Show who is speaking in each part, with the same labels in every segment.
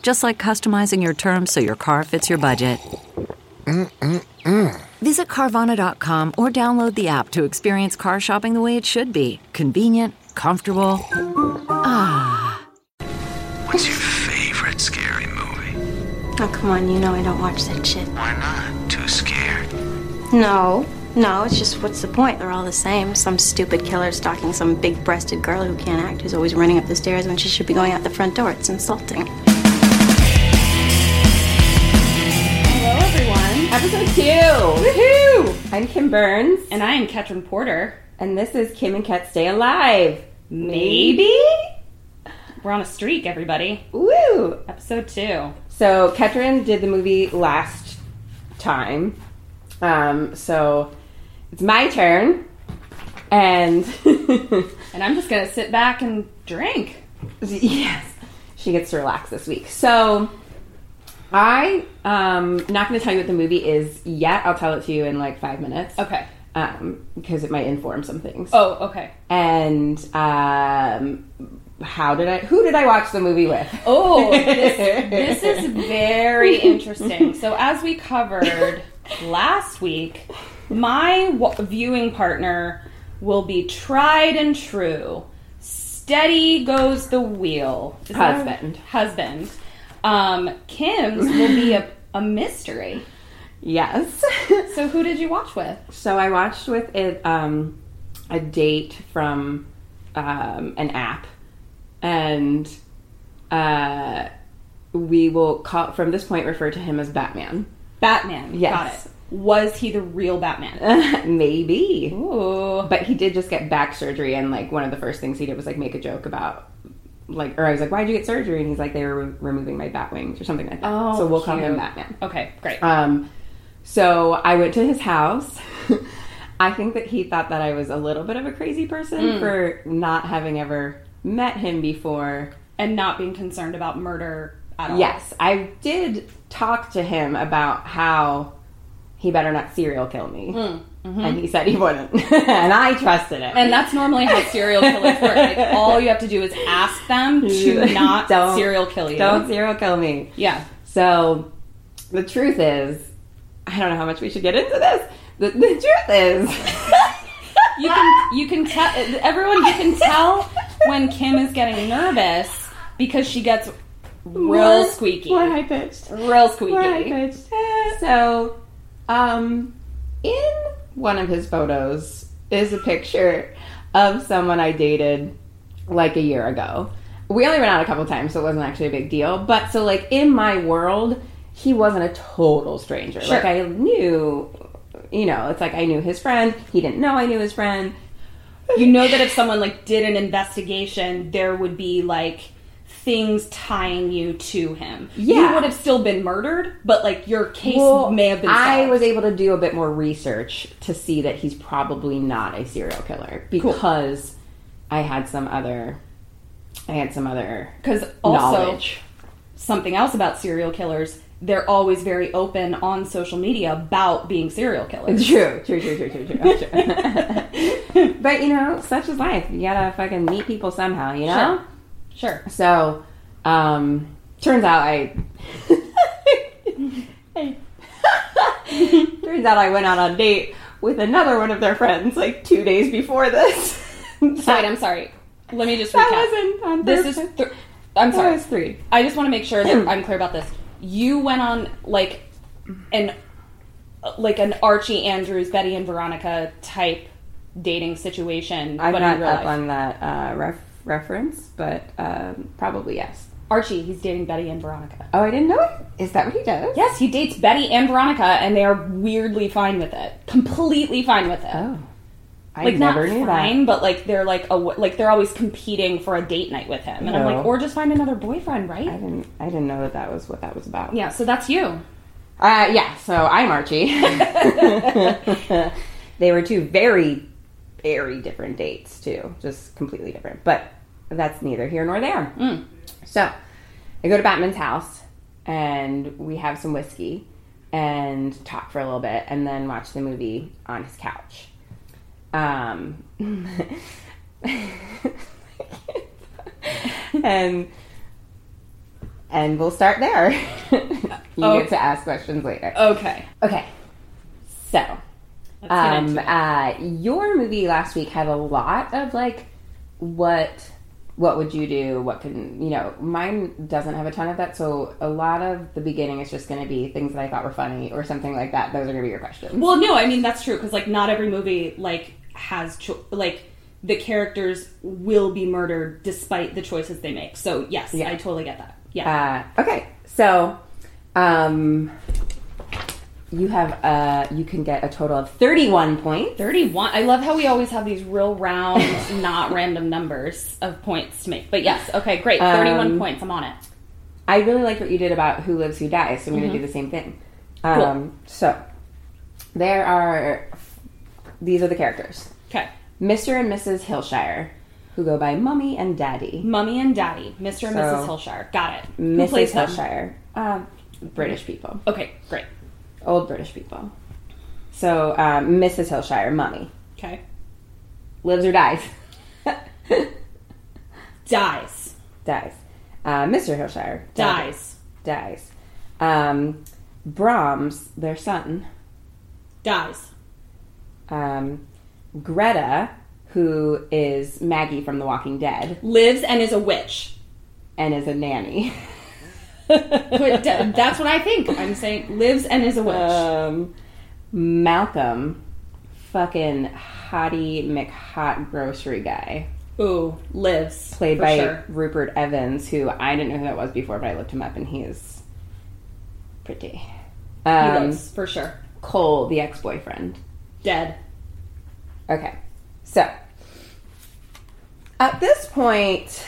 Speaker 1: Just like customizing your terms so your car fits your budget. Visit Carvana.com or download the app to experience car shopping the way it should be convenient, comfortable.
Speaker 2: What's your favorite scary movie?
Speaker 3: Oh, come on, you know I don't watch that shit.
Speaker 2: Why not? Too scared.
Speaker 3: No, no, it's just what's the point? They're all the same. Some stupid killer stalking some big breasted girl who can't act, who's always running up the stairs when she should be going out the front door. It's insulting.
Speaker 4: Hello, everyone. Episode two. Woohoo! I'm Kim Burns. And I am Katrin Porter. And this is Kim and Kat Stay Alive. Maybe?
Speaker 5: We're on a streak, everybody.
Speaker 4: Woo!
Speaker 5: Episode two.
Speaker 4: So, Katrin did the movie last time. Um, so, it's my turn. And
Speaker 5: And I'm just gonna sit back and drink.
Speaker 4: yes, she gets to relax this week. So I um not going to tell you what the movie is yet. I'll tell it to you in like five minutes.
Speaker 5: Okay.
Speaker 4: Um, because it might inform some things.
Speaker 5: Oh, okay.
Speaker 4: And um, how did I? Who did I watch the movie with?
Speaker 5: Oh, this, this is very interesting. So, as we covered last week, my w- viewing partner will be tried and true. Steady goes the wheel. Is that-
Speaker 4: Husband.
Speaker 5: Husband. Um, Kim's will be a, a mystery.
Speaker 4: Yes.
Speaker 5: So, who did you watch with?
Speaker 4: so I watched with it um, a date from um, an app, and uh, we will call from this point refer to him as Batman.
Speaker 5: Batman.
Speaker 4: Yes.
Speaker 5: Got it. Was he the real Batman?
Speaker 4: Maybe.
Speaker 5: Ooh.
Speaker 4: But he did just get back surgery, and like one of the first things he did was like make a joke about, like, or I was like, "Why'd you get surgery?" And he's like, "They were re- removing my bat wings or something like that."
Speaker 5: Oh,
Speaker 4: so we'll call
Speaker 5: cute.
Speaker 4: him Batman.
Speaker 5: Okay, great.
Speaker 4: Um, so I went to his house. I think that he thought that I was a little bit of a crazy person for not having ever met him before.
Speaker 5: and not being concerned about murder at all.
Speaker 4: Yes, I did talk to him about how he better not serial kill me.
Speaker 5: Hmm,
Speaker 4: And he said he wouldn't. and I trusted him.
Speaker 5: mm-hmm. And that's normally how serial killers work. Like, all you have to do is ask them to not
Speaker 4: Don't-
Speaker 5: serial kill you.
Speaker 4: Don't serial kill me.
Speaker 5: Yeah.
Speaker 4: So the truth is, I don't know how much we should get into this. The, the truth is,
Speaker 5: You can you can tell everyone you can tell when Kim is getting nervous because she gets real squeaky.
Speaker 4: More high pitched.
Speaker 5: Real
Speaker 4: More high
Speaker 5: squeaky.
Speaker 4: pitched. So, um, in one of his photos is a picture of someone I dated like a year ago. We only went out a couple times, so it wasn't actually a big deal. But so, like in my world, he wasn't a total stranger. Like I knew, you know, it's like I knew his friend. He didn't know I knew his friend.
Speaker 5: You know that if someone like did an investigation, there would be like things tying you to him.
Speaker 4: Yeah.
Speaker 5: You would have still been murdered, but like your case may have been
Speaker 4: I
Speaker 5: solved.
Speaker 4: was able to do a bit more research to see that he's probably not a serial killer because I had some other, I had some other
Speaker 5: because also
Speaker 4: knowledge.
Speaker 5: something else about serial killers they're always very open on social media about being serial killers
Speaker 4: True, true, true, true, true, true. true. but you know, such is life. You gotta fucking meet people somehow, you know.
Speaker 5: sure
Speaker 4: So, um, turns out I. turns out I went out on a date with another one of their friends like two days before this.
Speaker 5: so wait i'm sorry let me just recap
Speaker 4: That wasn't on
Speaker 5: this
Speaker 4: purpose.
Speaker 5: is th- i'm
Speaker 4: That
Speaker 5: sorry
Speaker 4: was Hmm. three.
Speaker 5: i just want to make sure that i'm clear about this you went on like an like an Archie Andrews, Betty and Veronica type dating situation,
Speaker 4: I'm
Speaker 5: but
Speaker 4: not
Speaker 5: in real
Speaker 4: up
Speaker 5: life.
Speaker 4: on that uh, ref- reference, but um, probably yes.
Speaker 5: Archie, he's dating Betty and Veronica.
Speaker 4: Oh, I didn't know it. Is that what he does?
Speaker 5: Yes, he dates Betty and Veronica, and they are weirdly fine with it. Completely fine with it.
Speaker 4: Oh, I
Speaker 5: like
Speaker 4: never
Speaker 5: not
Speaker 4: knew
Speaker 5: fine, but like they're like a, like they're always competing for a date night with him, and I'm
Speaker 4: No.
Speaker 5: like, or just find another boyfriend, right?
Speaker 4: that. I didn't. I didn't know that that was what that was about.
Speaker 5: yeah, so that's you.
Speaker 4: Uh, yeah. So I'm Archie. they were two very, very different dates too, just completely different. But that's neither here nor there. So I go to Batman's house, and we have some whiskey and talk for a little bit, and then watch the movie on his couch. Um, and and we'll start there. you
Speaker 5: Oh.
Speaker 4: get to ask questions later.
Speaker 5: Okay.
Speaker 4: Okay, so
Speaker 5: get
Speaker 4: um, uh, your movie last week had a lot of like what what would you do? What can you know? Mine doesn't have a ton of that, so a lot of the beginning is just going to be things that I thought were funny or something like that. Those are going to be your questions.
Speaker 5: Well, no, I mean that's true because like not every movie like has cho- like the characters will be murdered despite the choices they make. So yes, I totally get that. Yeah.
Speaker 4: Uh, okay, so um, you have uh, you can get a total of thirty-one points.
Speaker 5: 31. I love how we always have these real round, not random numbers of points to make. But yes, okay, great. 31
Speaker 4: Um,
Speaker 5: points. I'm on it.
Speaker 4: I really liked what you did about who lives, who dies. So I'm
Speaker 5: Mm-hmm.
Speaker 4: going to do the same thing. Um, so there are these are the characters:
Speaker 5: Okay.
Speaker 4: Mr. and Mrs. Hillshire, who go by Mummy and Daddy.
Speaker 5: Mummy and Daddy, Mr. and
Speaker 4: So-
Speaker 5: Mrs. Hillshire. Got it. Who
Speaker 4: Mrs.
Speaker 5: plays them?
Speaker 4: Hillshire, um, British people,
Speaker 5: Okay, great.
Speaker 4: old British people. So um, Mrs. Hillshire, Mummy,
Speaker 5: Okay.
Speaker 4: lives or dies.
Speaker 5: Dies.
Speaker 4: dies. Uh, Mr. Hillshire Daddy,
Speaker 5: Dies.
Speaker 4: dies. Um, Brahms, their son,
Speaker 5: Dies.
Speaker 4: um, Greta, who is Maggie from The Walking Dead
Speaker 5: Lives and is a witch.
Speaker 4: and is a nanny.
Speaker 5: But d- that's what I think. I'm saying lives and is a witch.
Speaker 4: Um, Malcolm, fucking hottie McHot grocery guy,
Speaker 5: Ooh, lives.
Speaker 4: played
Speaker 5: for
Speaker 4: by
Speaker 5: sure.
Speaker 4: Rupert Evans, who I didn't know who that was before, but I looked him up and he is pretty.
Speaker 5: He
Speaker 4: Um,
Speaker 5: lives, for sure.
Speaker 4: Cole, the ex boyfriend.
Speaker 5: Dead.
Speaker 4: Okay. So, at this point,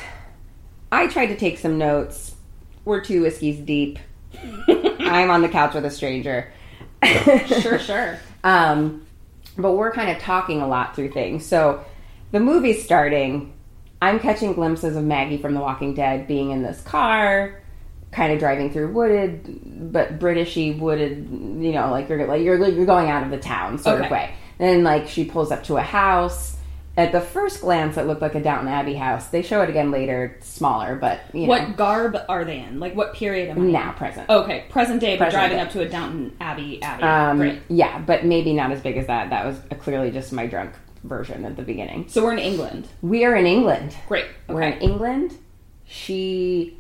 Speaker 4: I tried to take some notes. We're two whiskeys deep. I'm on the couch with a stranger.
Speaker 5: Sure, sure.
Speaker 4: Um, but we're kind of talking a lot through things. So, the movie's starting. I'm catching glimpses of Maggie from The Walking Dead being in this car, kind of driving through wooded, but Britishy wooded. You know, like you're like you're you're going out of the town sort of
Speaker 5: Okay.
Speaker 4: way. Then like she pulls up to a house. At the first glance, it looked like a Downton Abbey house. They show it again later, it's smaller, but you know,
Speaker 5: What Oh, garb are they in? Like what period am I in?
Speaker 4: now present.
Speaker 5: Okay, present day, but
Speaker 4: Present
Speaker 5: driving
Speaker 4: day.
Speaker 5: up to a Downton Abbey Abbey.
Speaker 4: Um,
Speaker 5: Great.
Speaker 4: Yeah, but maybe not as big as that. That was uh, clearly just my drunk version at the beginning.
Speaker 5: So we're in England.
Speaker 4: We are in England.
Speaker 5: Great.
Speaker 4: We're in England. She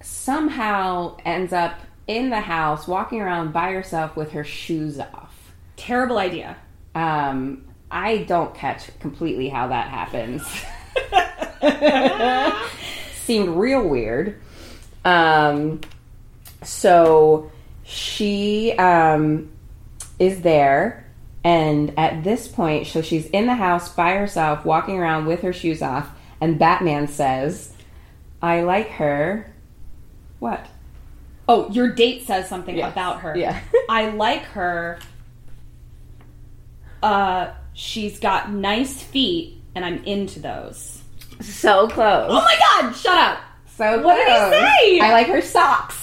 Speaker 4: somehow ends up in the house walking around by herself with her shoes off.
Speaker 5: Terrible idea.
Speaker 4: Um, I don't catch completely how that happens. Seemed real weird. Um, so she um, is there, and at this point, so she's in the house by herself, walking around with her shoes off, and Batman says, I like her. What?
Speaker 5: Oh, your date says something about her.
Speaker 4: Yeah.
Speaker 5: I like her. Uh, she's got nice feet, and I'm into those.
Speaker 4: So close.
Speaker 5: Oh my God! Shut up.
Speaker 4: so close.
Speaker 5: what did he say?
Speaker 4: I like her socks.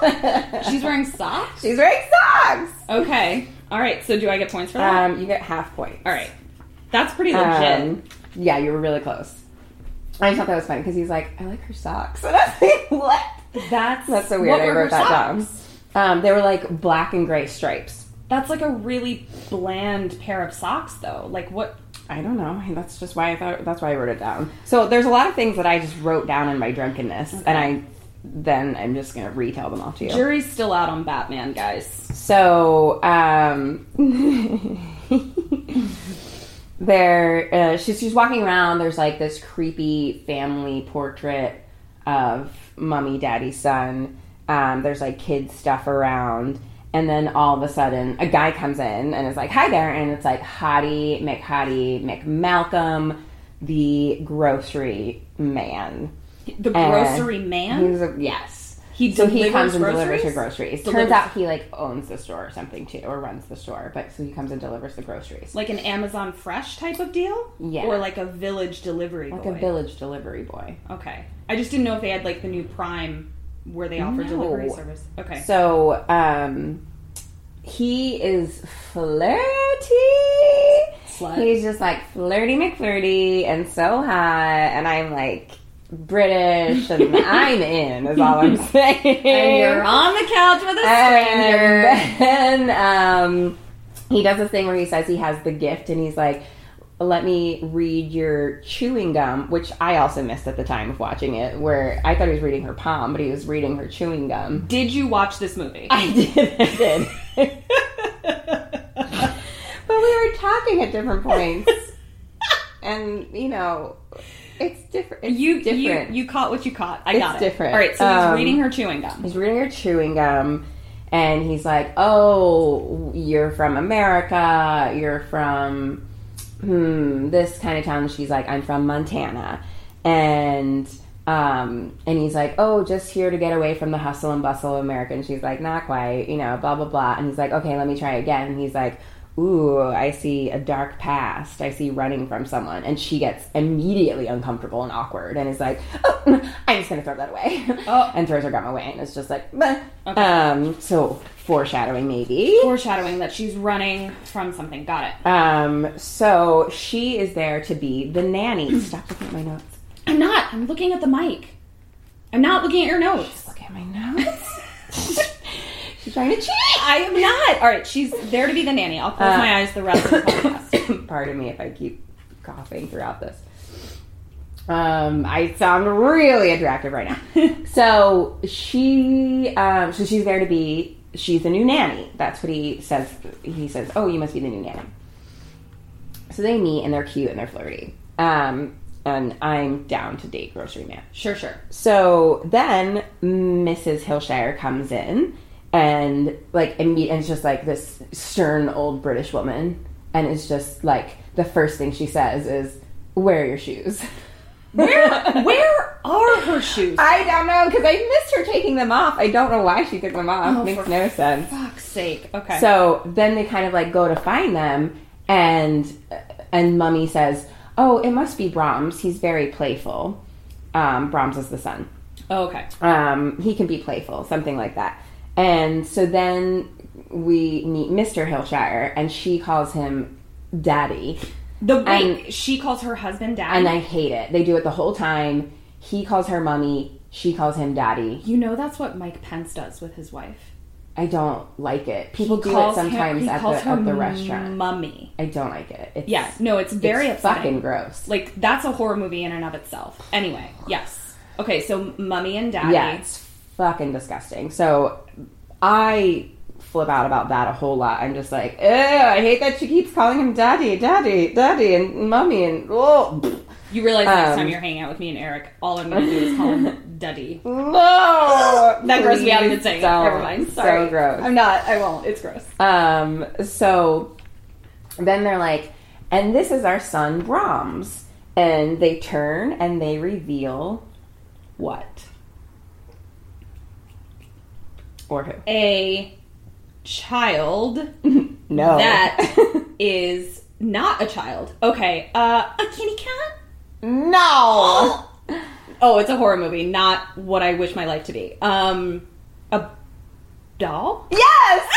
Speaker 5: She's wearing socks.
Speaker 4: she's wearing socks.
Speaker 5: Okay. All right. So do I get points for that?
Speaker 4: Um, you get half points.
Speaker 5: All right. That's pretty legit.
Speaker 4: Um, yeah, you were really close. I just thought that was funny because he's like, I like her socks. And I was like, what?
Speaker 5: that's
Speaker 4: That's so weird.
Speaker 5: What
Speaker 4: I
Speaker 5: were her
Speaker 4: wrote that
Speaker 5: socks?
Speaker 4: down. Um, they were like black and gray stripes.
Speaker 5: That's like a really bland pair of socks, though. Like what?
Speaker 4: I don't know. That's just why I thought. That's why I wrote it down. So there's a lot of things that I just wrote down in my drunkenness, and I then I'm just gonna retell them all to you.
Speaker 5: Jury's still out on Batman, guys.
Speaker 4: So um, there, uh, she's she's walking around. There's like this creepy family portrait of mummy, daddy, son. Um, there's like kid stuff around, and then all of a sudden, a guy comes in and is like, "Hi there," and it's like Hottie McHottie McMalcolm, the grocery man.
Speaker 5: The grocery man.
Speaker 4: He's a, yes.
Speaker 5: He
Speaker 4: so he
Speaker 5: delivers
Speaker 4: comes and delivers
Speaker 5: groceries?
Speaker 4: your groceries.
Speaker 5: Delivers-
Speaker 4: Turns out he like owns the store or something too, or runs the store. But so he comes and delivers the groceries,
Speaker 5: like an Amazon Fresh type of deal?
Speaker 4: Yeah.
Speaker 5: Or like a village delivery
Speaker 4: like
Speaker 5: boy?
Speaker 4: a village delivery boy.
Speaker 5: okay. I just didn't know if they had like the new Prime where they offer delivery service. Okay.
Speaker 4: So um, he is flirty.
Speaker 5: Slut.
Speaker 4: He's just like flirty McFlirty and so hot, and I'm like British, and I'm in. Is all I'm saying.
Speaker 5: and you're on the couch with a stranger.
Speaker 4: And then um, he does this thing where he says he has the gift, and he's like, "Let me read your chewing gum," which I also missed at the time of watching it, where I thought he was reading her palm, but he was reading her chewing gum.
Speaker 5: Did you watch this movie?
Speaker 4: I did, I did. but we were talking at different points, and you know, it's different. It's
Speaker 5: you,
Speaker 4: different.
Speaker 5: you you caught what you caught. I
Speaker 4: It's
Speaker 5: got it.
Speaker 4: different.
Speaker 5: All right, so he's
Speaker 4: Um,
Speaker 5: reading her chewing gum.
Speaker 4: He's reading her chewing gum, and he's like, "Oh, you're from America. You're from hmm, this kind of town." And she's like, "I'm from Montana," and um, and he's like, "Oh, just here to get away from the hustle and bustle of America." And she's like, "Not quite, you know." Blah blah blah. And he's like, "Okay, let me try again." And he's like. Ooh, I see a dark past. I see running from someone. And she gets immediately uncomfortable and awkward and is like, oh, I'm just going to throw that away.
Speaker 5: Oh.
Speaker 4: and throws her gum away. And it's just like, meh. um, so foreshadowing maybe.
Speaker 5: Foreshadowing that she's running from something. Got it.
Speaker 4: Um, so she is there to be the nanny. Stop looking at my notes.
Speaker 5: I'm not. I'm looking at the mic. I'm not looking at your notes.
Speaker 4: Look at my notes. She's trying to cheat.
Speaker 5: I am not. All right, she's there to be the nanny. I'll
Speaker 4: Uh,
Speaker 5: close my eyes the rest of the podcast.
Speaker 4: Pardon me if I keep coughing throughout this. Um, I sound really attractive right now. so she, um, so she's there to be. She's the new nanny. That's what he says. He says, "Oh, you must be the new nanny." So they meet and they're cute and they're flirty. Um, and I'm down to date grocery man.
Speaker 5: Sure, sure.
Speaker 4: So then Mrs. Hillshire comes in and like and, me- and it's just like this stern old British woman and it's just like the first thing she says is wear your shoes.
Speaker 5: Where where are her shoes?
Speaker 4: I don't know because I missed her taking them off. I don't know why she took them
Speaker 5: Oh,
Speaker 4: off. Makes no sense.
Speaker 5: fuck's sake. Okay.
Speaker 4: uh, So then they kind of like go to find them, and and Mummy says, "Oh, it must be Brahms. He's very playful. Um, Brahms is the son.
Speaker 5: oh, okay.
Speaker 4: Um, he can be playful, something like that." And so then we meet Mr. Hillshire, and she calls him Daddy,
Speaker 5: The wait, she calls her husband dad.
Speaker 4: and I hate it. They do it the whole time. He calls her Mummy. She calls him Daddy.
Speaker 5: you know that's what Mike Pence does with his wife.
Speaker 4: I don't like it. People do it
Speaker 5: Calls him-
Speaker 4: sometimes
Speaker 5: he
Speaker 4: at the
Speaker 5: calls her
Speaker 4: at the restaurant.
Speaker 5: Mummy.
Speaker 4: I don't like it. It's,
Speaker 5: Yes. No, it's very
Speaker 4: it's
Speaker 5: upsetting.
Speaker 4: fucking gross.
Speaker 5: Like that's a horror movie in and of itself. Anyway, yes. Okay, so mummy and daddy.
Speaker 4: Yeah, it's fucking disgusting. So I flip out about that a whole lot. I'm just like, Ew, I hate that she keeps calling him daddy, daddy, daddy, and mommy, and oh, pfft,
Speaker 5: You realize next
Speaker 4: Um,
Speaker 5: time you're hanging out with me and Eric, all I'm gonna do is call him Duddy.
Speaker 4: no.
Speaker 5: That grossed me out even
Speaker 4: Please
Speaker 5: saying it.
Speaker 4: don't.
Speaker 5: Never mind. Sorry.
Speaker 4: So gross.
Speaker 5: I'm not. I won't. It's gross.
Speaker 4: Um, so then they're like, and this is our son Brahms. And they turn and they reveal what? Or who?
Speaker 5: A child
Speaker 4: No.
Speaker 5: that is not a child. Okay. Uh, a kitty cat.
Speaker 4: no.
Speaker 5: Oh, it's a horror movie, not what I wish my life to be. Um, a doll.
Speaker 4: Yes.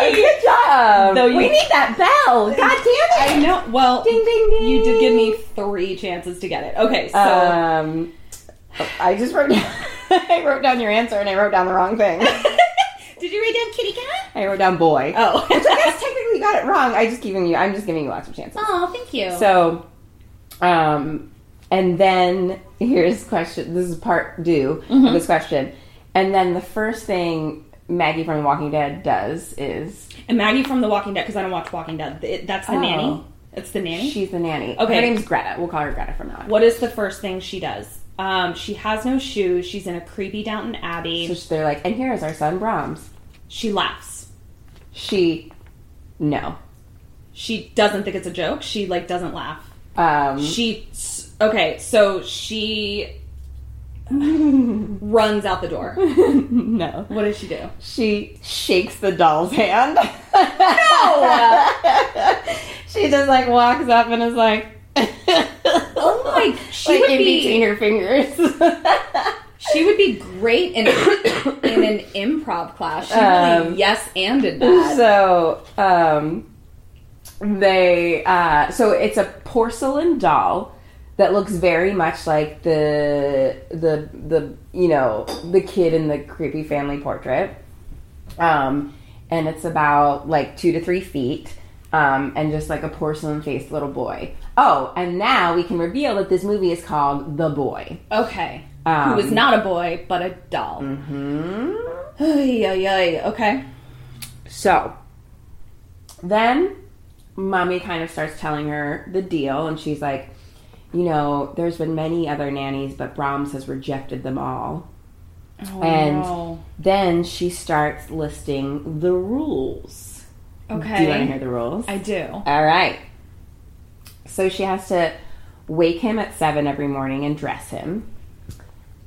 Speaker 4: Yay! Good job.
Speaker 5: Though you-
Speaker 4: we need that bell. God damn
Speaker 5: I
Speaker 4: it.
Speaker 5: know. Well,
Speaker 4: Ding, ding, ding.
Speaker 5: You did give me three chances to get it. Okay, so
Speaker 4: Um, I just wrote. I wrote down your answer, and I wrote down the wrong thing.
Speaker 5: did you write down kitty cat?
Speaker 4: I wrote down boy.
Speaker 5: Oh.
Speaker 4: which I guess technically you got it wrong. I just giving you. I'm just giving you lots of chances.
Speaker 5: Oh, thank you.
Speaker 4: So, um, and then
Speaker 5: Mm-hmm.
Speaker 4: here's question. This is part due of this question. And then the first thing Maggie from The Walking Dead does is
Speaker 5: And Maggie from The Walking Dead, because I don't watch Walking Dead. It, that's the
Speaker 4: Oh.
Speaker 5: nanny. It's the nanny.
Speaker 4: she's the nanny.
Speaker 5: Okay.
Speaker 4: Her name's Greta. We'll call her Greta from now on.
Speaker 5: what is the first thing she does? Um, she has no shoes. She's in a creepy Downton Abbey.
Speaker 4: So they're like, and here is our son Brahms.
Speaker 5: she laughs.
Speaker 4: She, no.
Speaker 5: She doesn't think it's a joke. She like doesn't laugh.
Speaker 4: Um,
Speaker 5: She okay. So she runs out the door.
Speaker 4: no.
Speaker 5: What does she do?
Speaker 4: She shakes the doll's hand.
Speaker 5: Oh,
Speaker 4: she just like walks up and is like, oh
Speaker 5: my- she would
Speaker 4: in
Speaker 5: be-
Speaker 4: between her fingers.
Speaker 5: she would be great in in an improv class. She really
Speaker 4: Um,
Speaker 5: yes anded that.
Speaker 4: so um, they uh, so it's a porcelain doll that looks very much like the the the you know the kid in the creepy family portrait um, and it's about like two to three feet um, and just like a porcelain faced little boy oh and now we can reveal that this movie is called the boy Um,
Speaker 5: Okay. Who is not a boy, but a doll. Mm-hmm. Okay.
Speaker 4: So then mommy kind of starts telling her the deal, and she's like, You know, there's been many other nannies, but Brahms has rejected them all. and
Speaker 5: Oh, no.
Speaker 4: then she starts listing the rules.
Speaker 5: Okay.
Speaker 4: Do you want to hear the rules?
Speaker 5: I do.
Speaker 4: all right. So she has to wake him at seven every morning and dress him.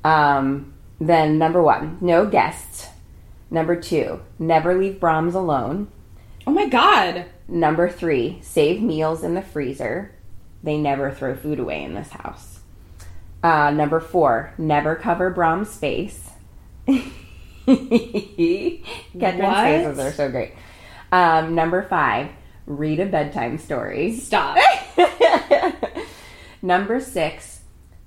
Speaker 4: Um, then, number one, no guests. Number two, never leave Brahms alone.
Speaker 5: Oh my god.
Speaker 4: Number three, save meals in the freezer. They never throw food away in this house. Uh, number four, never cover Brahm's face. Catherine's
Speaker 5: What?
Speaker 4: faces are so great. Um, number five, read a bedtime story.
Speaker 5: Stop.
Speaker 4: Number six,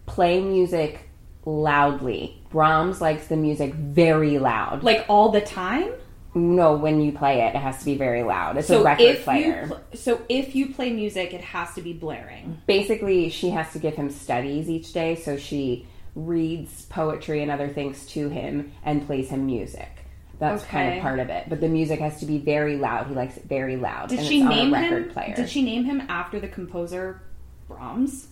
Speaker 4: play music loudly. Brahms likes the music very loud.
Speaker 5: like all the time?
Speaker 4: No, when you play it, it has to be very loud. It's a record
Speaker 5: if
Speaker 4: player.
Speaker 5: you pl- so if you play music, it has to be blaring.
Speaker 4: basically she has to give him studies each day so she reads poetry and other things to him and plays him music that's kind
Speaker 5: Okay.
Speaker 4: of part of it but the music has to be very loud he likes it very loud
Speaker 5: Did
Speaker 4: and
Speaker 5: she
Speaker 4: it's
Speaker 5: name
Speaker 4: on a record
Speaker 5: him?
Speaker 4: player
Speaker 5: Did she name him after the composer Brahms?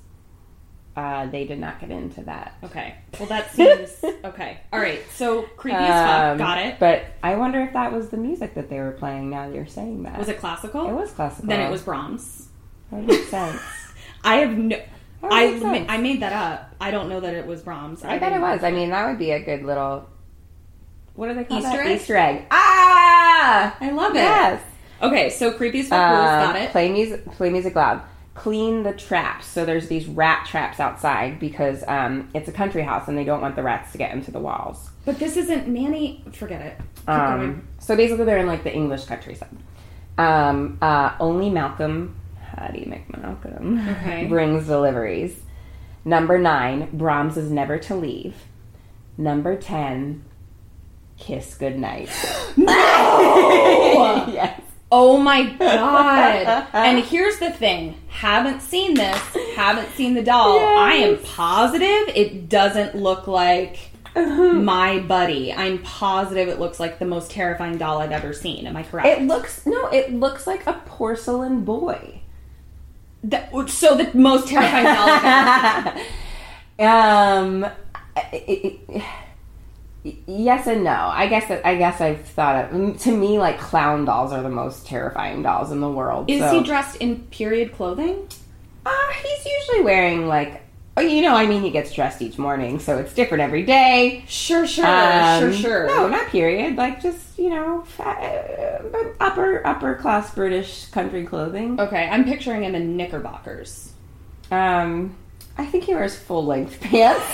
Speaker 4: uh, they did not get into that
Speaker 5: Okay. Well, that seems okay. All right. So creepy as fuck.
Speaker 4: Um,
Speaker 5: Got it.
Speaker 4: but i wonder if that was the music that they were playing now that you're saying that
Speaker 5: Was it classical?
Speaker 4: it was classical
Speaker 5: Then it was Brahms.
Speaker 4: that makes sense
Speaker 5: I have no.
Speaker 4: That
Speaker 5: I
Speaker 4: makes sense.
Speaker 5: ma- I made that up. I don't know that it was Brahms.
Speaker 4: i bet it
Speaker 5: didn't-
Speaker 4: was i mean that would be a good little what do they call
Speaker 5: Easter
Speaker 4: that
Speaker 5: egg?
Speaker 4: easter egg ah
Speaker 5: I love it.
Speaker 4: yes
Speaker 5: Okay. So creepy as fuck. rules,
Speaker 4: Um,
Speaker 5: got it.
Speaker 4: Play music. Play music loud. Clean the traps. So there's these rat traps outside because um, it's a country house and they don't want the rats to get into the walls.
Speaker 5: But this isn't Nanny. Forget it. Keep going.
Speaker 4: Um, so basically, they're in like the English countryside. Um, uh, only Malcolm, Hattie McMalcolm,
Speaker 5: Okay.
Speaker 4: brings deliveries. Number nine, Brahms is never to leave. Number ten, kiss goodnight. no. yes.
Speaker 5: Oh my god. and here's the thing. Haven't seen this. Haven't seen the doll. I am positive it doesn't look like my buddy. I'm positive it looks like the most terrifying doll I've ever seen. Am I correct?
Speaker 4: It looks no. It looks like a porcelain boy.
Speaker 5: That- so the most terrifying doll I've ever seen.
Speaker 4: Um, it, it, yes and no. I guess that I guess I've thought of mm, to me like clown dolls are the most terrifying dolls in the world.
Speaker 5: Is
Speaker 4: so-
Speaker 5: he dressed in period clothing?
Speaker 4: Uh, he's usually wearing like oh, you know. I mean, he gets dressed each morning, so it's different every day.
Speaker 5: Sure, sure,
Speaker 4: Um,
Speaker 5: sure, sure.
Speaker 4: No, not period. Like just you know, fa- uh, upper upper class British country clothing.
Speaker 5: Okay, I'm picturing him in knickerbockers.
Speaker 4: Um, I think he wears full length pants.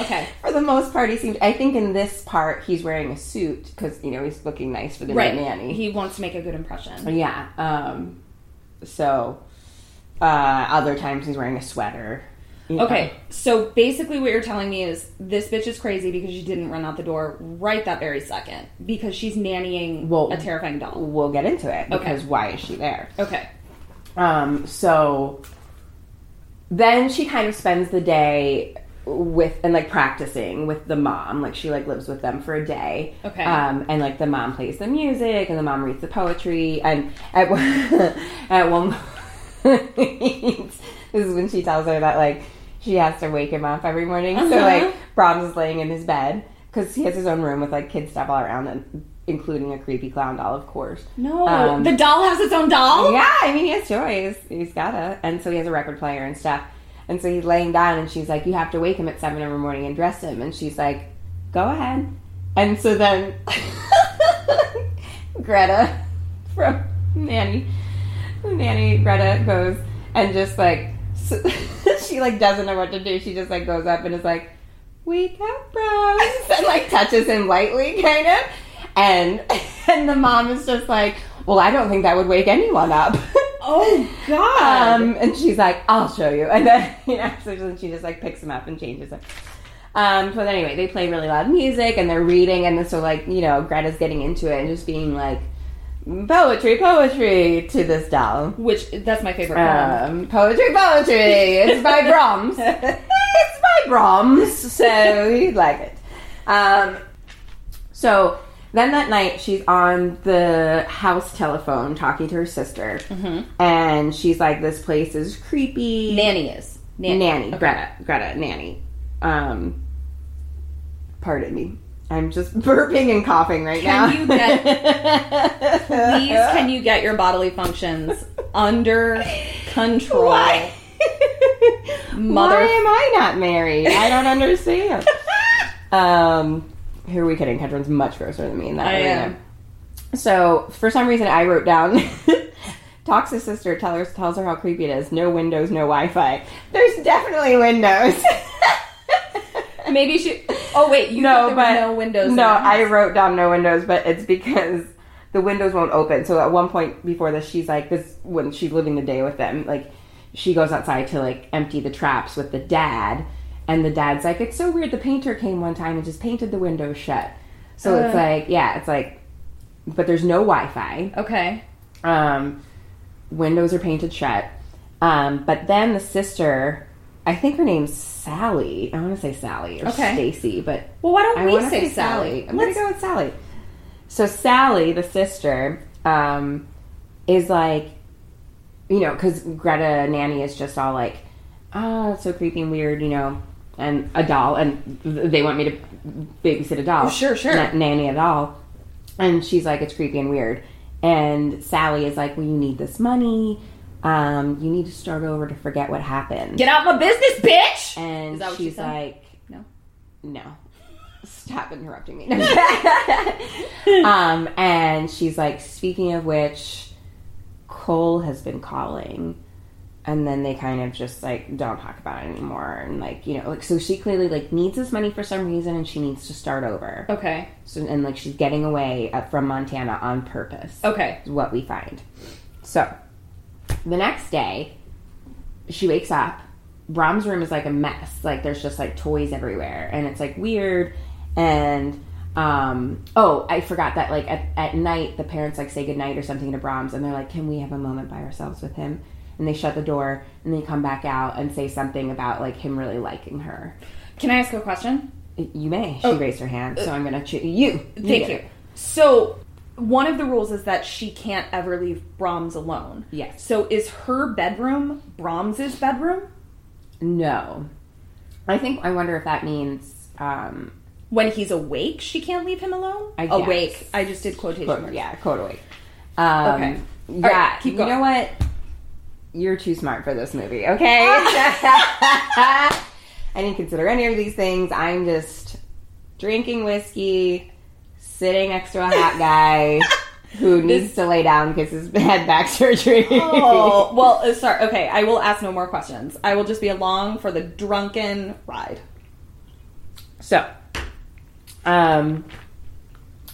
Speaker 5: Okay.
Speaker 4: For the most part, he seems. I think in this part, he's wearing a suit because you know he's looking nice for the
Speaker 5: Right.
Speaker 4: new nanny.
Speaker 5: He wants to make a good impression.
Speaker 4: yeah. Um, so uh, other times he's wearing a sweater. you know.
Speaker 5: Okay, so basically what you're telling me is this bitch is crazy because she didn't run out the door right that very second because she's nannying
Speaker 4: Well-
Speaker 5: a terrifying doll.
Speaker 4: we'll get into it because why is she there?
Speaker 5: Okay.
Speaker 4: Um, so then she kind of spends the day with and like practicing with the mom. Like she like lives with them for a day.
Speaker 5: Okay.
Speaker 4: Um, and like the mom plays the music and the mom reads the poetry and at one- at one point, this is when she tells her that like she has to wake him up every morning. So
Speaker 5: Uh-huh.
Speaker 4: like Brahms is laying in his bed because he has his own room with like kid stuff all around and including a creepy clown doll, of course.
Speaker 5: No,
Speaker 4: Um,
Speaker 5: the doll has its own doll.
Speaker 4: Yeah, I mean, he has toys. He's got a, and so he has a record player and stuff. And so he's laying down, and she's like, "You have to wake him at seven every morning and dress him." And she's like, "Go ahead." And so then Greta from Nanny, Nanny Greta goes and just like s she like doesn't know what to do. She just like goes up and is like, "Wake up, Bros," and like touches him lightly, kind of. And and the mom is just like, "Well, I don't think that would wake anyone up."
Speaker 5: Oh God.
Speaker 4: Um, and she's like, I'll show you. And then, you know, so then she just like picks him up and changes him. Um, so then anyway, they play really loud music and they're reading. And then so like, you know, Greta's getting into it and just being like, poetry, poetry to this doll.
Speaker 5: Which that's my favorite. poem.
Speaker 4: Um, poetry, poetry. It's by Brahms. it's by Brahms. So you'd like it. Um, so then that night, she's on the house telephone talking to her sister, and she's like, "This place is creepy."
Speaker 5: Mm-hmm. Nanny is
Speaker 4: nanny, Greta, Greta, nanny. Um, pardon me. I'm just burping and coughing right
Speaker 5: Can
Speaker 4: now.
Speaker 5: you get please? Can you get your bodily functions under control?
Speaker 4: Why?
Speaker 5: Mother-
Speaker 4: Why am I not married? I don't understand. um, who are we kidding? Hedron's much grosser than me in that
Speaker 5: I
Speaker 4: arena.
Speaker 5: am.
Speaker 4: So for some reason, I wrote down. Talks to sister, tell her, tells her how creepy it is. No windows, no Wi Fi. There's definitely windows.
Speaker 5: Maybe she. Oh wait, you know, there were no windows. in
Speaker 4: No,
Speaker 5: the house.
Speaker 4: I wrote down no windows, but it's because the windows won't open. So at one point before this, she's like, this when she's living the day with them, like she goes outside to like empty the traps with the dad, and the dad's like, it's so weird. The painter came one time and just painted the windows shut. So it's like, yeah, it's like, but there's no Wi-Fi.
Speaker 5: Okay.
Speaker 4: Um, windows are painted shut. Um, but then the sister, I think her name's Sally. I want to say Sally or
Speaker 5: Okay.
Speaker 4: Stacy, but
Speaker 5: Well, why don't
Speaker 4: I
Speaker 5: we
Speaker 4: wanna
Speaker 5: say Sally?
Speaker 4: I'm going
Speaker 5: Let's-
Speaker 4: to go with Sally. So Sally, the sister, um, is like, you know, because Greta Nanny is just all like, oh, it's so creepy and weird, you know, and a doll, and th- they want me to babysit a doll.
Speaker 5: Sure, sure.
Speaker 4: Not nanny at all. And she's like, it's creepy and weird. And Sally is like, well, you need this money. Um, you need to start over to forget what happened.
Speaker 5: Get out my business, bitch.
Speaker 4: And
Speaker 5: Is that what she
Speaker 4: she's
Speaker 5: said?
Speaker 4: like,
Speaker 5: No.
Speaker 4: no, stop interrupting me. um, and she's like, speaking of which, Cole has been calling. And then they kind of just like don't talk about it anymore. And like, you know, like, so she clearly like needs this money for some reason and she needs to start over.
Speaker 5: Okay.
Speaker 4: So, and like she's getting away uh, from Montana on purpose
Speaker 5: Okay.
Speaker 4: is what we find. So, the next day, she wakes up. Brahms' room is like a mess. Like there's just like toys everywhere, and it's like weird. And um, oh, I forgot that like at, at night the parents like say goodnight or something to Brahms, and they're like, "Can we have a moment by ourselves with him?" And they shut the door, and they come back out and say something about like him really liking her.
Speaker 5: Can I ask a question?
Speaker 4: You may. She raised her hand, so I'm gonna choose you.
Speaker 5: Oh. Uh, Thank
Speaker 4: get
Speaker 5: you.
Speaker 4: it.
Speaker 5: So, one of the rules is that she can't ever leave Brahms alone.
Speaker 4: Yes.
Speaker 5: So, is her bedroom Brahms's bedroom
Speaker 4: No, I think I wonder if that means um,
Speaker 5: when he's awake? She can't leave him alone.
Speaker 4: I guess.
Speaker 5: Awake. I just did quotation
Speaker 4: Code-
Speaker 5: marks.
Speaker 4: yeah, code awake. Um,
Speaker 5: Okay.
Speaker 4: Yeah.
Speaker 5: All right, keep going.
Speaker 4: You know what? You're too smart for this movie. Okay.
Speaker 5: Ah!
Speaker 4: I didn't consider any of these things. I'm just drinking whiskey, sitting next to a hot guy who needs to lay down because his head back surgery.
Speaker 5: Oh well, uh, sorry. Okay, I will ask no more questions. I will just be along for the drunken ride.
Speaker 4: So, um,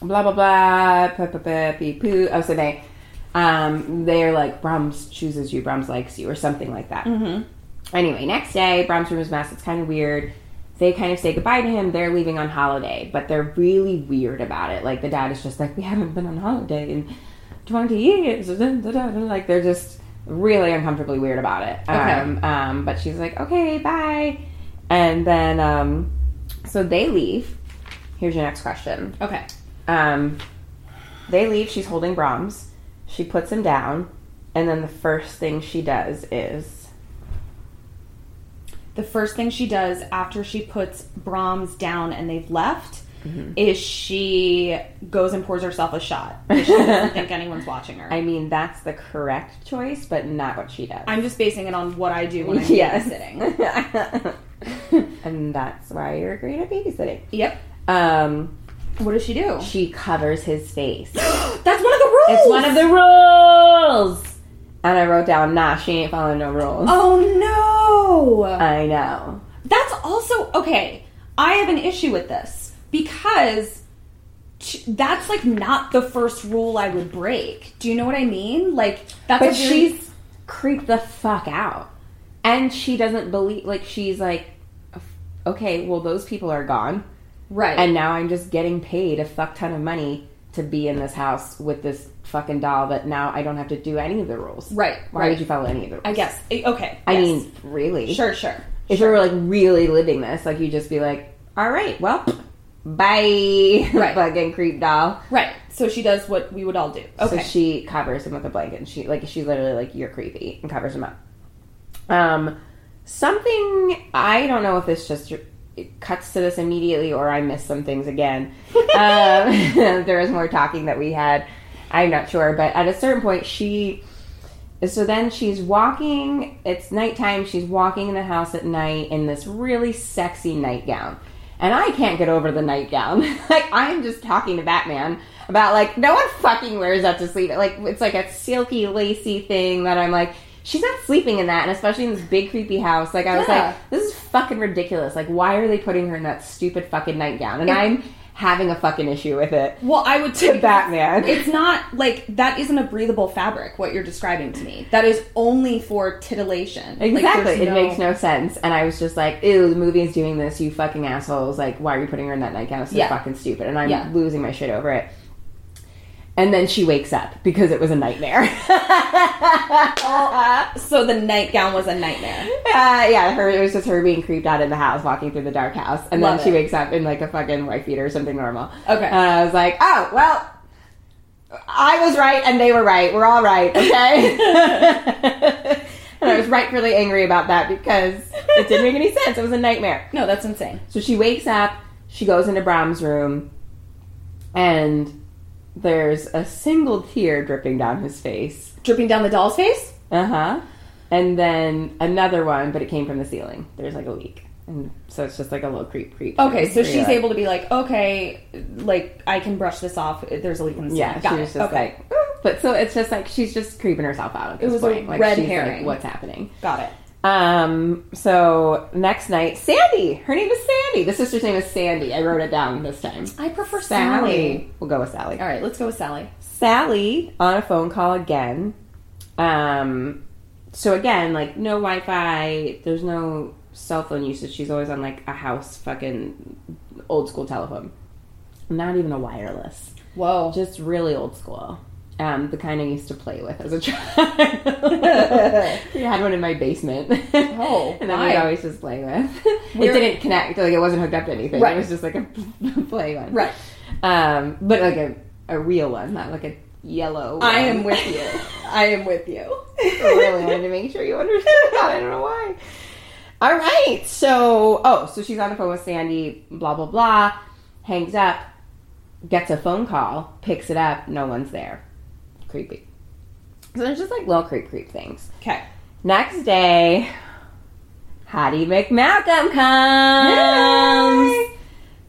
Speaker 4: blah blah blah, pa pa pa pee poo. Oh, so they, um, they're like Brahms chooses you, Brahms likes you, or something like that. Mm-hmm. Anyway, next day, Brahms room is mess. It's kind of weird. They kind of say goodbye to him. They're leaving on holiday, but they're really weird about it. Like the dad is just like, we haven't been on holiday in twenty years. Like they're just really uncomfortably weird about it. Um, um, but she's like, okay, bye. And then, um, so they leave. Here's your next question.
Speaker 5: Okay.
Speaker 4: Um, they leave. She's holding Brahms. She puts him down, and then the first thing she does is
Speaker 5: The first thing she does after she puts Brahms down and they've left
Speaker 4: Mm-hmm.
Speaker 5: is she goes and pours herself a shot. 'cause She doesn't think anyone's watching her.
Speaker 4: I mean, that's the correct choice, but not what she does.
Speaker 5: I'm just basing it on what I do when I'm
Speaker 4: Yes.
Speaker 5: babysitting.
Speaker 4: and that's why you're great at babysitting.
Speaker 5: Yep.
Speaker 4: Um,
Speaker 5: What does she do?
Speaker 4: she covers his face.
Speaker 5: That's one of the rules.
Speaker 4: It's one of the rules. And I wrote down, nah, she ain't following no rules.
Speaker 5: Oh no.
Speaker 4: I know.
Speaker 5: That's also okay. I have an issue with this because ch- that's like not the first rule I would break. Do you know what I mean? Like that's
Speaker 4: But
Speaker 5: a really-
Speaker 4: she's creeped the fuck out. And she doesn't believe, like, she's like, okay, well, those people are gone.
Speaker 5: right.
Speaker 4: And now I'm just getting paid a fuck ton of money to be in this house with this fucking doll that now I don't have to do any of the rules.
Speaker 5: Right,
Speaker 4: Why
Speaker 5: right.
Speaker 4: would you follow any of the rules?
Speaker 5: I guess I- okay.
Speaker 4: I
Speaker 5: yes.
Speaker 4: mean, really?
Speaker 5: sure, sure.
Speaker 4: If you were like really living this, like you just be like, all right, well, bye,
Speaker 5: Right.
Speaker 4: fucking creep doll.
Speaker 5: Right. So she does what we would all do. Okay.
Speaker 4: So she covers him with a blanket. And she like she's literally like you're creepy and covers him up. Um, something I don't know if this just it cuts to this immediately or I missed some things again. um, there was more talking that we had. I'm not sure, but at a certain point she. So then she's walking, it's nighttime, she's walking in the house at night in this really sexy nightgown. And I can't get over the nightgown. like, I'm just talking to Batman about, like, no one fucking wears that to sleep. Like, it's like a silky, lacy thing that I'm like, she's not sleeping in that, and especially in this big, creepy house. Like, I was
Speaker 5: Yeah.
Speaker 4: like, this is fucking ridiculous. Like, why are they putting her in that stupid fucking nightgown? And I'm having a fucking issue with it.
Speaker 5: well, I would
Speaker 4: To
Speaker 5: take
Speaker 4: Batman.
Speaker 5: It's not like that isn't a breathable fabric. What you're describing to me, that is only for titillation. Like,
Speaker 4: Exactly.
Speaker 5: there's
Speaker 4: it makes no sense. And I was just like, ew, the movie is doing this, you fucking assholes. Like, why are you putting her in that nightgown? It's so
Speaker 5: Yeah.
Speaker 4: fucking stupid. And I'm
Speaker 5: Yeah.
Speaker 4: losing my shit over it. And then she wakes up because it was a nightmare. uh,
Speaker 5: So the nightgown was a nightmare.
Speaker 4: Uh, yeah, her it was just her being creeped out in the house, walking through the dark house. And
Speaker 5: Love
Speaker 4: then she
Speaker 5: it.
Speaker 4: wakes up in like a fucking white beater or something normal.
Speaker 5: Okay.
Speaker 4: And I was like, oh, well, I was right and they were right. We're all right, okay? and I was rightfully angry about that because it didn't make any sense. It was a nightmare.
Speaker 5: No, that's insane.
Speaker 4: So she wakes up, she goes into Brahms' room, and there's a single tear dripping down his face.
Speaker 5: Dripping down the doll's face.
Speaker 4: Uh huh. And then another one, but it came from the ceiling. There's like a leak. And so it's just like a little creep, creep.
Speaker 5: Okay, so
Speaker 4: Where you're
Speaker 5: she's
Speaker 4: like-
Speaker 5: able to be like, okay, like I can brush this off. There's a leak in the ceiling.
Speaker 4: Yeah,
Speaker 5: Got
Speaker 4: she was
Speaker 5: it.
Speaker 4: just
Speaker 5: okay,
Speaker 4: like, "Mm." but so it's just like she's just creeping herself out at this
Speaker 5: was a
Speaker 4: point. like
Speaker 5: red
Speaker 4: she's
Speaker 5: herring.
Speaker 4: Like, What's happening?
Speaker 5: got it.
Speaker 4: Um. So next night, Sandy. Her name is Sandy. The sister's name is Sandy. I wrote it down this time.
Speaker 5: I prefer Sally.
Speaker 4: Sally. We'll go with Sally.
Speaker 5: All right, let's go with Sally.
Speaker 4: Sally on a phone call again. Um, so again, like no Wi-Fi. There's no cell phone usage. She's always on like a house fucking old school telephone. Not even a wireless.
Speaker 5: Whoa.
Speaker 4: Just really old school. Um, the kind I used to play with as a child. we had one in my basement.
Speaker 5: Oh,
Speaker 4: and then
Speaker 5: why?
Speaker 4: we'd always just play with.
Speaker 5: We're-
Speaker 4: it didn't connect. Like it wasn't hooked up to anything.
Speaker 5: Right.
Speaker 4: It was just like a play one.
Speaker 5: Right.
Speaker 4: Um, but like a, a real one, not like a yellow.
Speaker 5: I
Speaker 4: one.
Speaker 5: am with you. I am with you.
Speaker 4: I really wanted to make sure you understood that. I don't know why. All right. So, oh, so she's on the phone with Sandy. Blah blah blah. Hangs up. Gets a phone call. Picks it up. No one's there. Creepy. So there's just like little creep creep things.
Speaker 5: Okay.
Speaker 4: Next day, Hattie McMalcolm comes.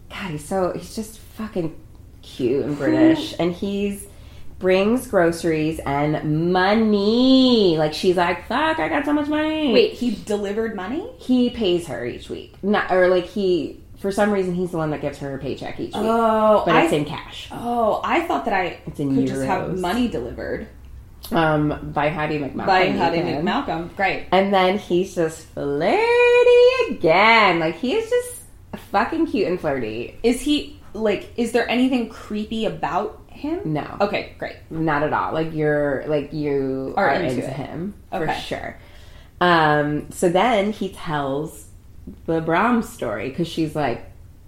Speaker 4: God, he's so he's just fucking cute and British, and he's brings groceries and money. Like she's like, "Fuck, I got so much money."
Speaker 5: Wait, he delivered money?
Speaker 4: he pays her each week, not or like he for some reason he's the one that gives her her paycheck each week,
Speaker 5: Oh,
Speaker 4: but
Speaker 5: I-
Speaker 4: it's in cash.
Speaker 5: Oh, I thought that I
Speaker 4: It's in
Speaker 5: could just have
Speaker 4: euros.
Speaker 5: money delivered
Speaker 4: Um, by Hattie McMalcolm.
Speaker 5: by
Speaker 4: you
Speaker 5: Hattie
Speaker 4: can.
Speaker 5: McMalcolm. Great.
Speaker 4: And then he's just flirty again. Like he is just fucking cute and flirty.
Speaker 5: Is he like? Is there anything creepy about him?
Speaker 4: No.
Speaker 5: Okay, great.
Speaker 4: Not at all. Like you're like you
Speaker 5: Are
Speaker 4: are,
Speaker 5: into
Speaker 4: into,
Speaker 5: it.
Speaker 4: him
Speaker 5: Okay.
Speaker 4: for sure. Um so then he tells the Brahms story because she's like,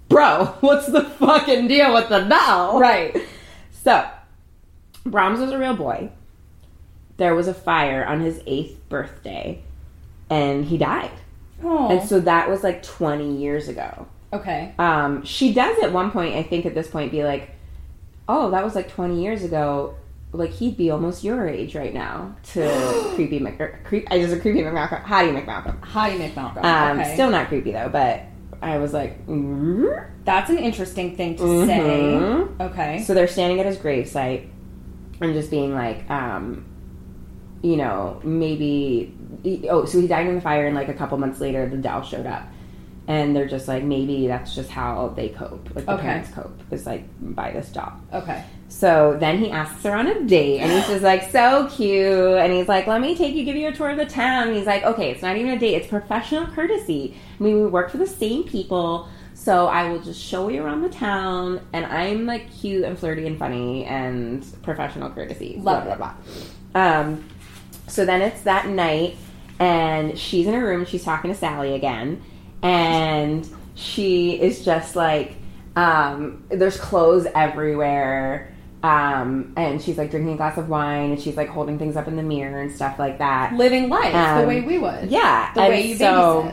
Speaker 4: bro, what's the fucking deal with the doll?
Speaker 5: Right.
Speaker 4: So, Brahms was a real boy. There was a fire on his eighth birthday, and he died. And
Speaker 5: Oh.
Speaker 4: so that was like 20 years ago.
Speaker 5: Okay.
Speaker 4: Um, she does at one point, I think at this point, be like, oh, that was like 20 years ago. Like, he'd be almost your age right now to Creepy Mc. er, Creep, I just a Creepy McMalcolm. Hottie McMalcolm.
Speaker 5: How do you make Malcolm?
Speaker 4: Um,
Speaker 5: okay.
Speaker 4: Still not creepy though, but I was like, "Mm."
Speaker 5: That's an interesting thing to
Speaker 4: Mhm.
Speaker 5: say. Okay.
Speaker 4: so they're standing at his gravesite and just being like, um, you know, maybe. Oh, so he died in the fire, and like a couple months later, the doll showed up, and they're just like, maybe that's just how they cope, like the
Speaker 5: Okay.
Speaker 4: parents cope, is like buy this doll.
Speaker 5: Okay.
Speaker 4: So then he asks her on a date, and he's just like, so cute. And he's like, let me take you, give you a tour of the town. And he's like, okay, it's not even a date, it's professional courtesy. I mean, we work for the same people, so I will just show you around the town. And I'm like cute and flirty and funny and professional courtesy.
Speaker 5: Love
Speaker 4: blah, blah, blah. Um, so then it's that night, and she's in her room. She's talking to Sally again, and she is just like, um, there's clothes everywhere, um, and she's like drinking a glass of wine, and she's like holding things up in the mirror and stuff like that.
Speaker 5: Living life the
Speaker 4: Um,
Speaker 5: way we would.
Speaker 4: Yeah,
Speaker 5: The
Speaker 4: and
Speaker 5: way you
Speaker 4: so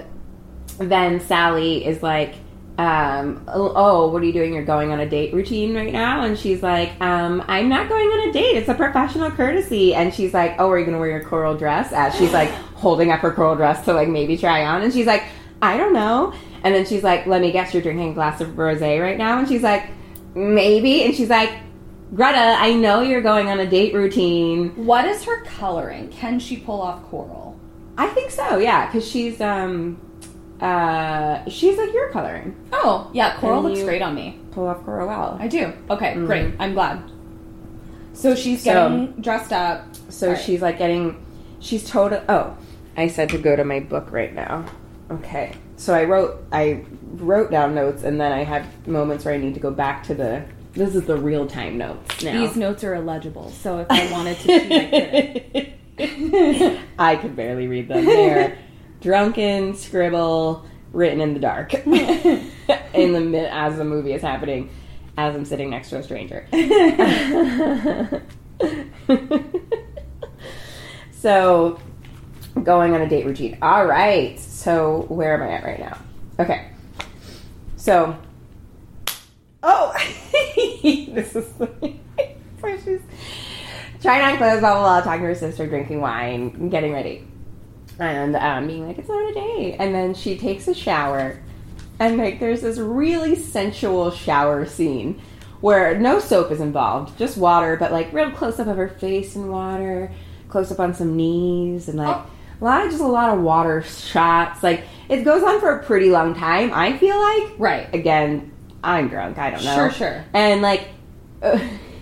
Speaker 5: babysit.
Speaker 4: then Sally is like, um, oh, what are you doing? You're going on a date routine right now? And she's like, um, I'm not going on a date. It's a professional courtesy. And she's like, oh, are you going to wear your coral dress? As she's like holding up her coral dress to like maybe try on. And she's like, I don't know. And then she's like, let me guess, you're drinking a glass of rosé right now? And she's like, maybe. And she's like, Greta, I know you're going on a date routine.
Speaker 5: What is her coloring? Can she pull off coral?
Speaker 4: I think so, yeah, because she's um, uh, she's like your coloring.
Speaker 5: Oh, yeah, coral
Speaker 4: And
Speaker 5: looks
Speaker 4: you-
Speaker 5: great on me.
Speaker 4: pull off Coral well.
Speaker 5: I do. Okay, great. I'm glad. So she's
Speaker 4: So-
Speaker 5: getting dressed up.
Speaker 4: So
Speaker 5: Alright.
Speaker 4: she's like getting, she's total. Oh, I said to go to my book right now. Okay, so I wrote I wrote down notes, and then I have moments where I need to go back to the. This is the real time notes now.
Speaker 5: These notes are illegible, so if I wanted to, I could.
Speaker 4: I could barely read them. They're drunken scribble written in the dark, in the mid as the movie is happening, as I'm sitting next to a stranger. so, going on a date routine. All right. So, where am I at right now? Okay. So, oh, this is. so she's trying on clothes, blah blah blah, talking to her sister, drinking wine, getting ready, and um, being like, "It's not a day." And then she takes a shower, and like, there's this really sensual shower scene where no soap is involved, just water, but like real close up of her face in water, close up on some knees, and like. A lot of just a lot of water shots. Like it goes on for a pretty long time. I feel like
Speaker 5: Right.
Speaker 4: again, I'm drunk. I don't know.
Speaker 5: Sure, sure.
Speaker 4: And like, but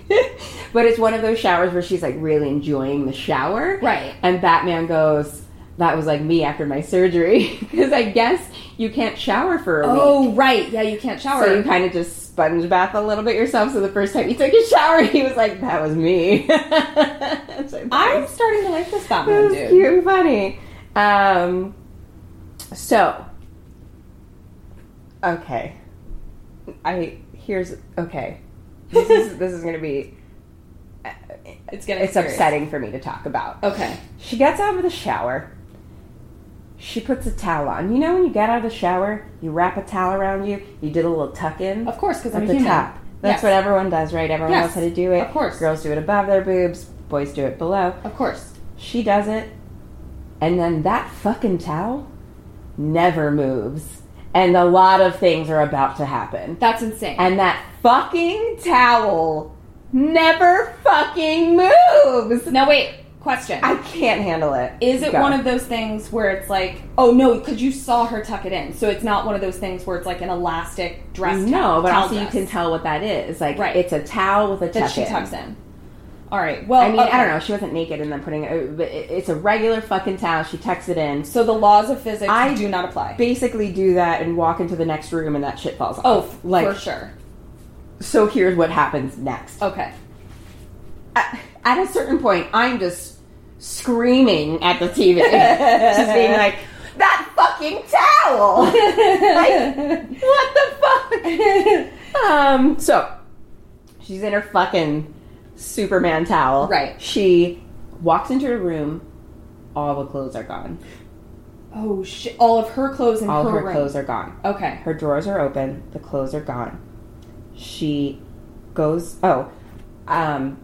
Speaker 4: it's one of those showers where she's like really enjoying the shower.
Speaker 5: Right.
Speaker 4: And Batman goes, "That was like me after my surgery because I guess you can't shower for a week."
Speaker 5: Oh, right. Yeah, you can't shower.
Speaker 4: So you kind of just sponge bath a little bit yourself. So the first time you took a shower, he was like, "That was me." It's like,
Speaker 5: I'm starting to like this
Speaker 4: that
Speaker 5: Batman
Speaker 4: was
Speaker 5: dude.
Speaker 4: cute and funny. Um, so, okay, I here's okay. This is this is gonna be
Speaker 5: It's getting
Speaker 4: it's
Speaker 5: serious.
Speaker 4: upsetting for me to talk about.
Speaker 5: Okay.
Speaker 4: She gets out of the shower. She puts a towel on. You know when you get out of the shower, you wrap a towel around you. You did a little tuck in.
Speaker 5: Of course, because I'm
Speaker 4: at
Speaker 5: a
Speaker 4: the
Speaker 5: human.
Speaker 4: top. That's
Speaker 5: Yes.
Speaker 4: what everyone does, right? Everyone
Speaker 5: Yes.
Speaker 4: knows how to do it.
Speaker 5: Of course.
Speaker 4: girls do it above their boobs. Boys do it below.
Speaker 5: Of course.
Speaker 4: She does it, and then that fucking towel never moves. And a lot of things are about to happen.
Speaker 5: That's insane.
Speaker 4: And that fucking towel never fucking moves.
Speaker 5: now wait, question.
Speaker 4: I can't handle it.
Speaker 5: is it
Speaker 4: Go.
Speaker 5: one of those things where it's like, oh no, because you saw her tuck it in, so it's not one of those things where it's like an elastic dress?
Speaker 4: No,
Speaker 5: towel-
Speaker 4: but
Speaker 5: towel
Speaker 4: also you
Speaker 5: dress
Speaker 4: can tell what that is. Like
Speaker 5: Right.
Speaker 4: it's a towel with a
Speaker 5: that
Speaker 4: tuck
Speaker 5: she
Speaker 4: in.
Speaker 5: tucks in. All right. Well,
Speaker 4: I mean,
Speaker 5: okay.
Speaker 4: I don't know. She wasn't naked and then putting it. But it- it's a regular fucking towel. She tucks it in.
Speaker 5: So the laws of physics
Speaker 4: I-
Speaker 5: do not apply.
Speaker 4: Basically, do that and walk into the next room, and that shit falls off.
Speaker 5: oh, f-
Speaker 4: like
Speaker 5: for sure.
Speaker 4: so here's what happens next.
Speaker 5: Okay.
Speaker 4: At, at a certain point, I'm just screaming at the TV, just being like, "That fucking towel. like, what the fuck? um, so she's in her fucking Superman towel.
Speaker 5: Right.
Speaker 4: She walks into her room. All the clothes are gone.
Speaker 5: Oh shit! All of her clothes and
Speaker 4: All
Speaker 5: her,
Speaker 4: her
Speaker 5: ring.
Speaker 4: clothes are gone.
Speaker 5: Okay.
Speaker 4: Her drawers are open. The clothes are gone. She goes. Oh, um,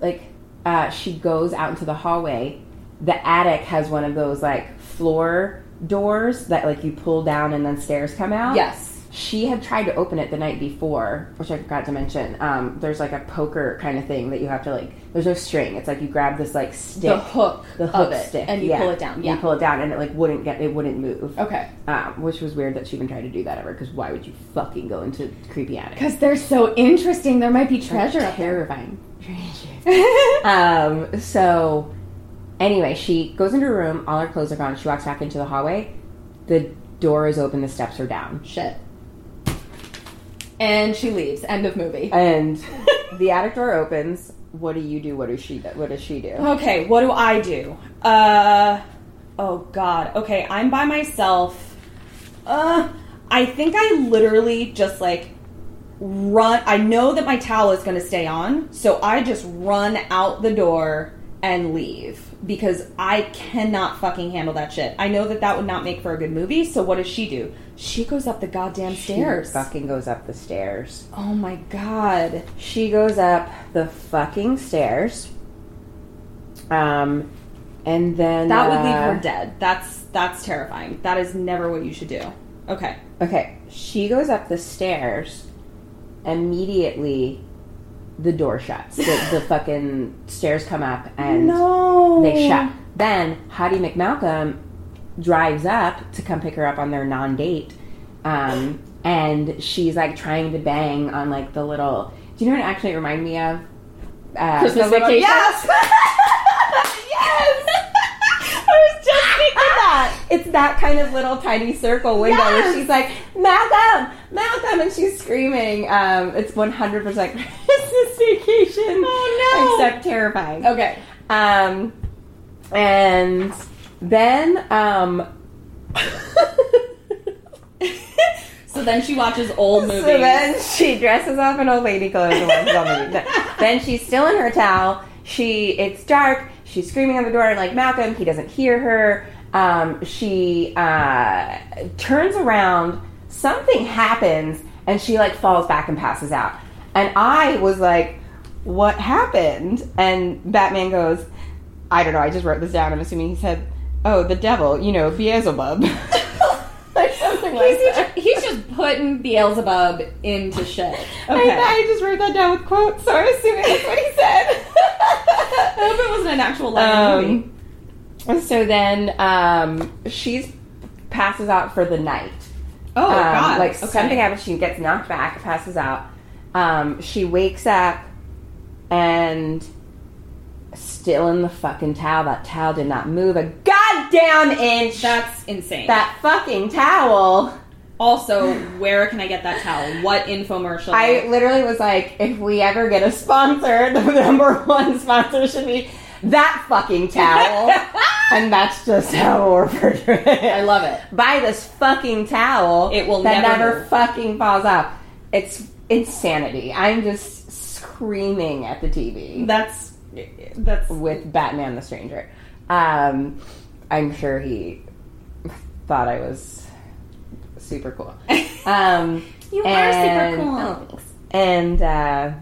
Speaker 4: like uh, she goes out into the hallway. The attic has one of those like floor doors that like you pull down and then stairs come out.
Speaker 5: Yes.
Speaker 4: She had tried to open it the night before, which I forgot to mention. Um, there's like a poker kind of thing that you have to like. There's no string. It's like you grab this like stick,
Speaker 5: The hook
Speaker 4: the
Speaker 5: of
Speaker 4: hook
Speaker 5: it,
Speaker 4: stick,
Speaker 5: and you
Speaker 4: yeah.
Speaker 5: pull it down.
Speaker 4: You
Speaker 5: Yeah.
Speaker 4: pull it down, and it like wouldn't get. It wouldn't move.
Speaker 5: Okay.
Speaker 4: Um, which was weird that she even tried to do that ever, because why would you fucking go into creepy attic?
Speaker 5: Because they're so interesting. There might be treasure up there.
Speaker 4: Terrifying. um, so, anyway, she goes into her room, all her clothes are gone, she walks back into the hallway, the door is open, the steps are down.
Speaker 5: Shit. And she leaves. End of movie.
Speaker 4: And the attic door opens. What do you do? What does she do? What does she do?
Speaker 5: Okay, what do I do? Uh oh god. Okay, I'm by myself. Uh I think I literally just like run I know that my towel is going to stay on, so I just run out the door and leave because I cannot fucking handle that shit. I know that that would not make for a good movie, so what does she do? She goes up the goddamn stairs.
Speaker 4: She fucking goes up the stairs.
Speaker 5: Oh my god.
Speaker 4: She goes up the fucking stairs. Um, and then
Speaker 5: That would leave
Speaker 4: uh,
Speaker 5: her dead. That's that's terrifying. That is never what you should do. Okay.
Speaker 4: uh, Okay, she goes up the stairs. Immediately, the door shuts. The, the fucking stairs come up and
Speaker 5: No.
Speaker 4: they shut. Then Hottie McMalcolm drives up to come pick her up on their non date. Um, and she's like trying to bang on like the little. Do you know what it actually reminded me of? Uh,
Speaker 5: Christmas
Speaker 4: the little-
Speaker 5: vacation?
Speaker 4: Yes! yes! I was just thinking that. It's that kind of little tiny circle window where
Speaker 5: Yes!
Speaker 4: she's like, Malcolm! Malcolm! And she's screaming. Um, it's 100% Christmas vacation.
Speaker 5: Oh, no.
Speaker 4: Except terrifying.
Speaker 5: Okay.
Speaker 4: Um, and then, um,
Speaker 5: So then she watches old movies.
Speaker 4: so then she dresses up in old lady clothes and watches all movies. Then- then she's still in her towel. She, it's dark. She's screaming on the door like Malcolm. He doesn't hear her. Um, she uh, turns around. Something happens, and she like falls back and passes out. And I was like, "What happened?" And Batman goes, I don't know. I just wrote this down. I'm assuming he said, "Oh, the devil," you know, Beelzebub, or something like
Speaker 5: he's,
Speaker 4: that.
Speaker 5: he's just putting Beelzebub into shit.
Speaker 4: I,
Speaker 5: Okay.
Speaker 4: I just wrote that down with quotes, so I'm assuming that's what he
Speaker 5: I hope it
Speaker 4: said.
Speaker 5: wasn't an actual line in the movie.
Speaker 4: um, so then um, she's passes out for the night.
Speaker 5: Oh
Speaker 4: Um,
Speaker 5: god.
Speaker 4: Like
Speaker 5: okay.
Speaker 4: something happens, she gets knocked back, passes out. Um, she wakes up and still in the fucking towel. That towel did not move a goddamn inch.
Speaker 5: That's insane.
Speaker 4: that fucking towel.
Speaker 5: also, where can I get that towel? What infomercial?
Speaker 4: I literally was like, if we ever get a sponsor, the number one sponsor should be that fucking towel. and that's just how we're portraying it.
Speaker 5: I love it.
Speaker 4: Buy this fucking towel.
Speaker 5: It will
Speaker 4: that
Speaker 5: never
Speaker 4: never
Speaker 5: move.
Speaker 4: fucking falls off. It's insanity. I'm just screaming at the TV
Speaker 5: That's that's
Speaker 4: with Batman the Stranger. Um, I'm sure he thought I was super cool. Um,
Speaker 5: you
Speaker 4: and-
Speaker 5: are super cool.
Speaker 4: and uh,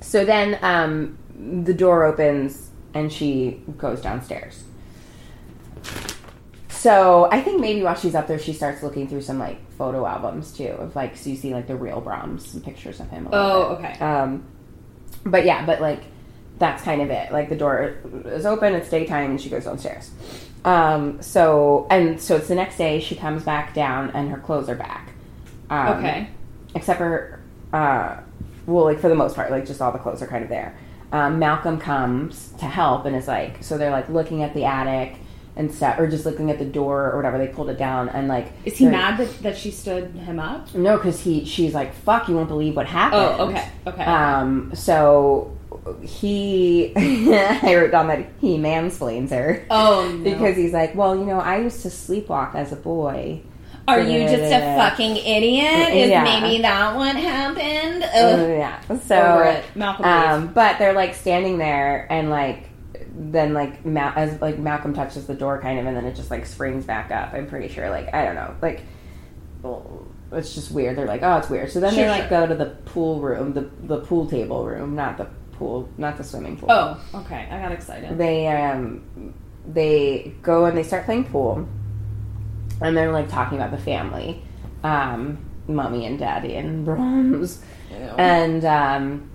Speaker 4: so then um, the door opens and she goes downstairs. So I think maybe while she's up there, she starts looking through some like photo albums too of like so you see like the real Brahms and pictures of him. a little
Speaker 5: Oh,
Speaker 4: bit.
Speaker 5: okay.
Speaker 4: Um, but yeah, but like that's kind of it. Like the door is open, it's daytime, and she goes downstairs. Um, so and so it's the next day. She comes back down, and her clothes are back. Um,
Speaker 5: Okay.
Speaker 4: except for uh, well like for the most part like just all the clothes are kind of there um, malcolm comes to help and is like so they're like looking at the attic and stuff or just looking at the door or whatever they pulled it down and like
Speaker 5: Is he
Speaker 4: they're-
Speaker 5: mad that, that she stood him up? Uh,
Speaker 4: no because he she's like fuck you won't believe what happened
Speaker 5: Oh, okay, okay.
Speaker 4: um so he, I wrote down that he mansplains her.
Speaker 5: Oh, no.
Speaker 4: Because he's like, well, you know, I used to sleepwalk as a boy.
Speaker 5: Are you just a fucking idiot? Is
Speaker 4: Yeah.
Speaker 5: maybe that what happened?
Speaker 4: Oh
Speaker 5: Ugh.
Speaker 4: yeah.
Speaker 5: Over
Speaker 4: So
Speaker 5: it. Malcolm
Speaker 4: um, but they're like standing there and like then like Ma- as like Malcolm touches the door kind of and then it just like springs back up. I'm pretty sure like I don't know. Like well, it's just weird. They're like, "Oh, it's weird." So then they
Speaker 5: Sure,
Speaker 4: like go to the pool room, the the pool table room, not the pool, not the swimming pool.
Speaker 5: Oh, okay. I got excited.
Speaker 4: They um they go and they start playing pool. And they're like talking about the family. Um mommy and daddy and Brahms and um,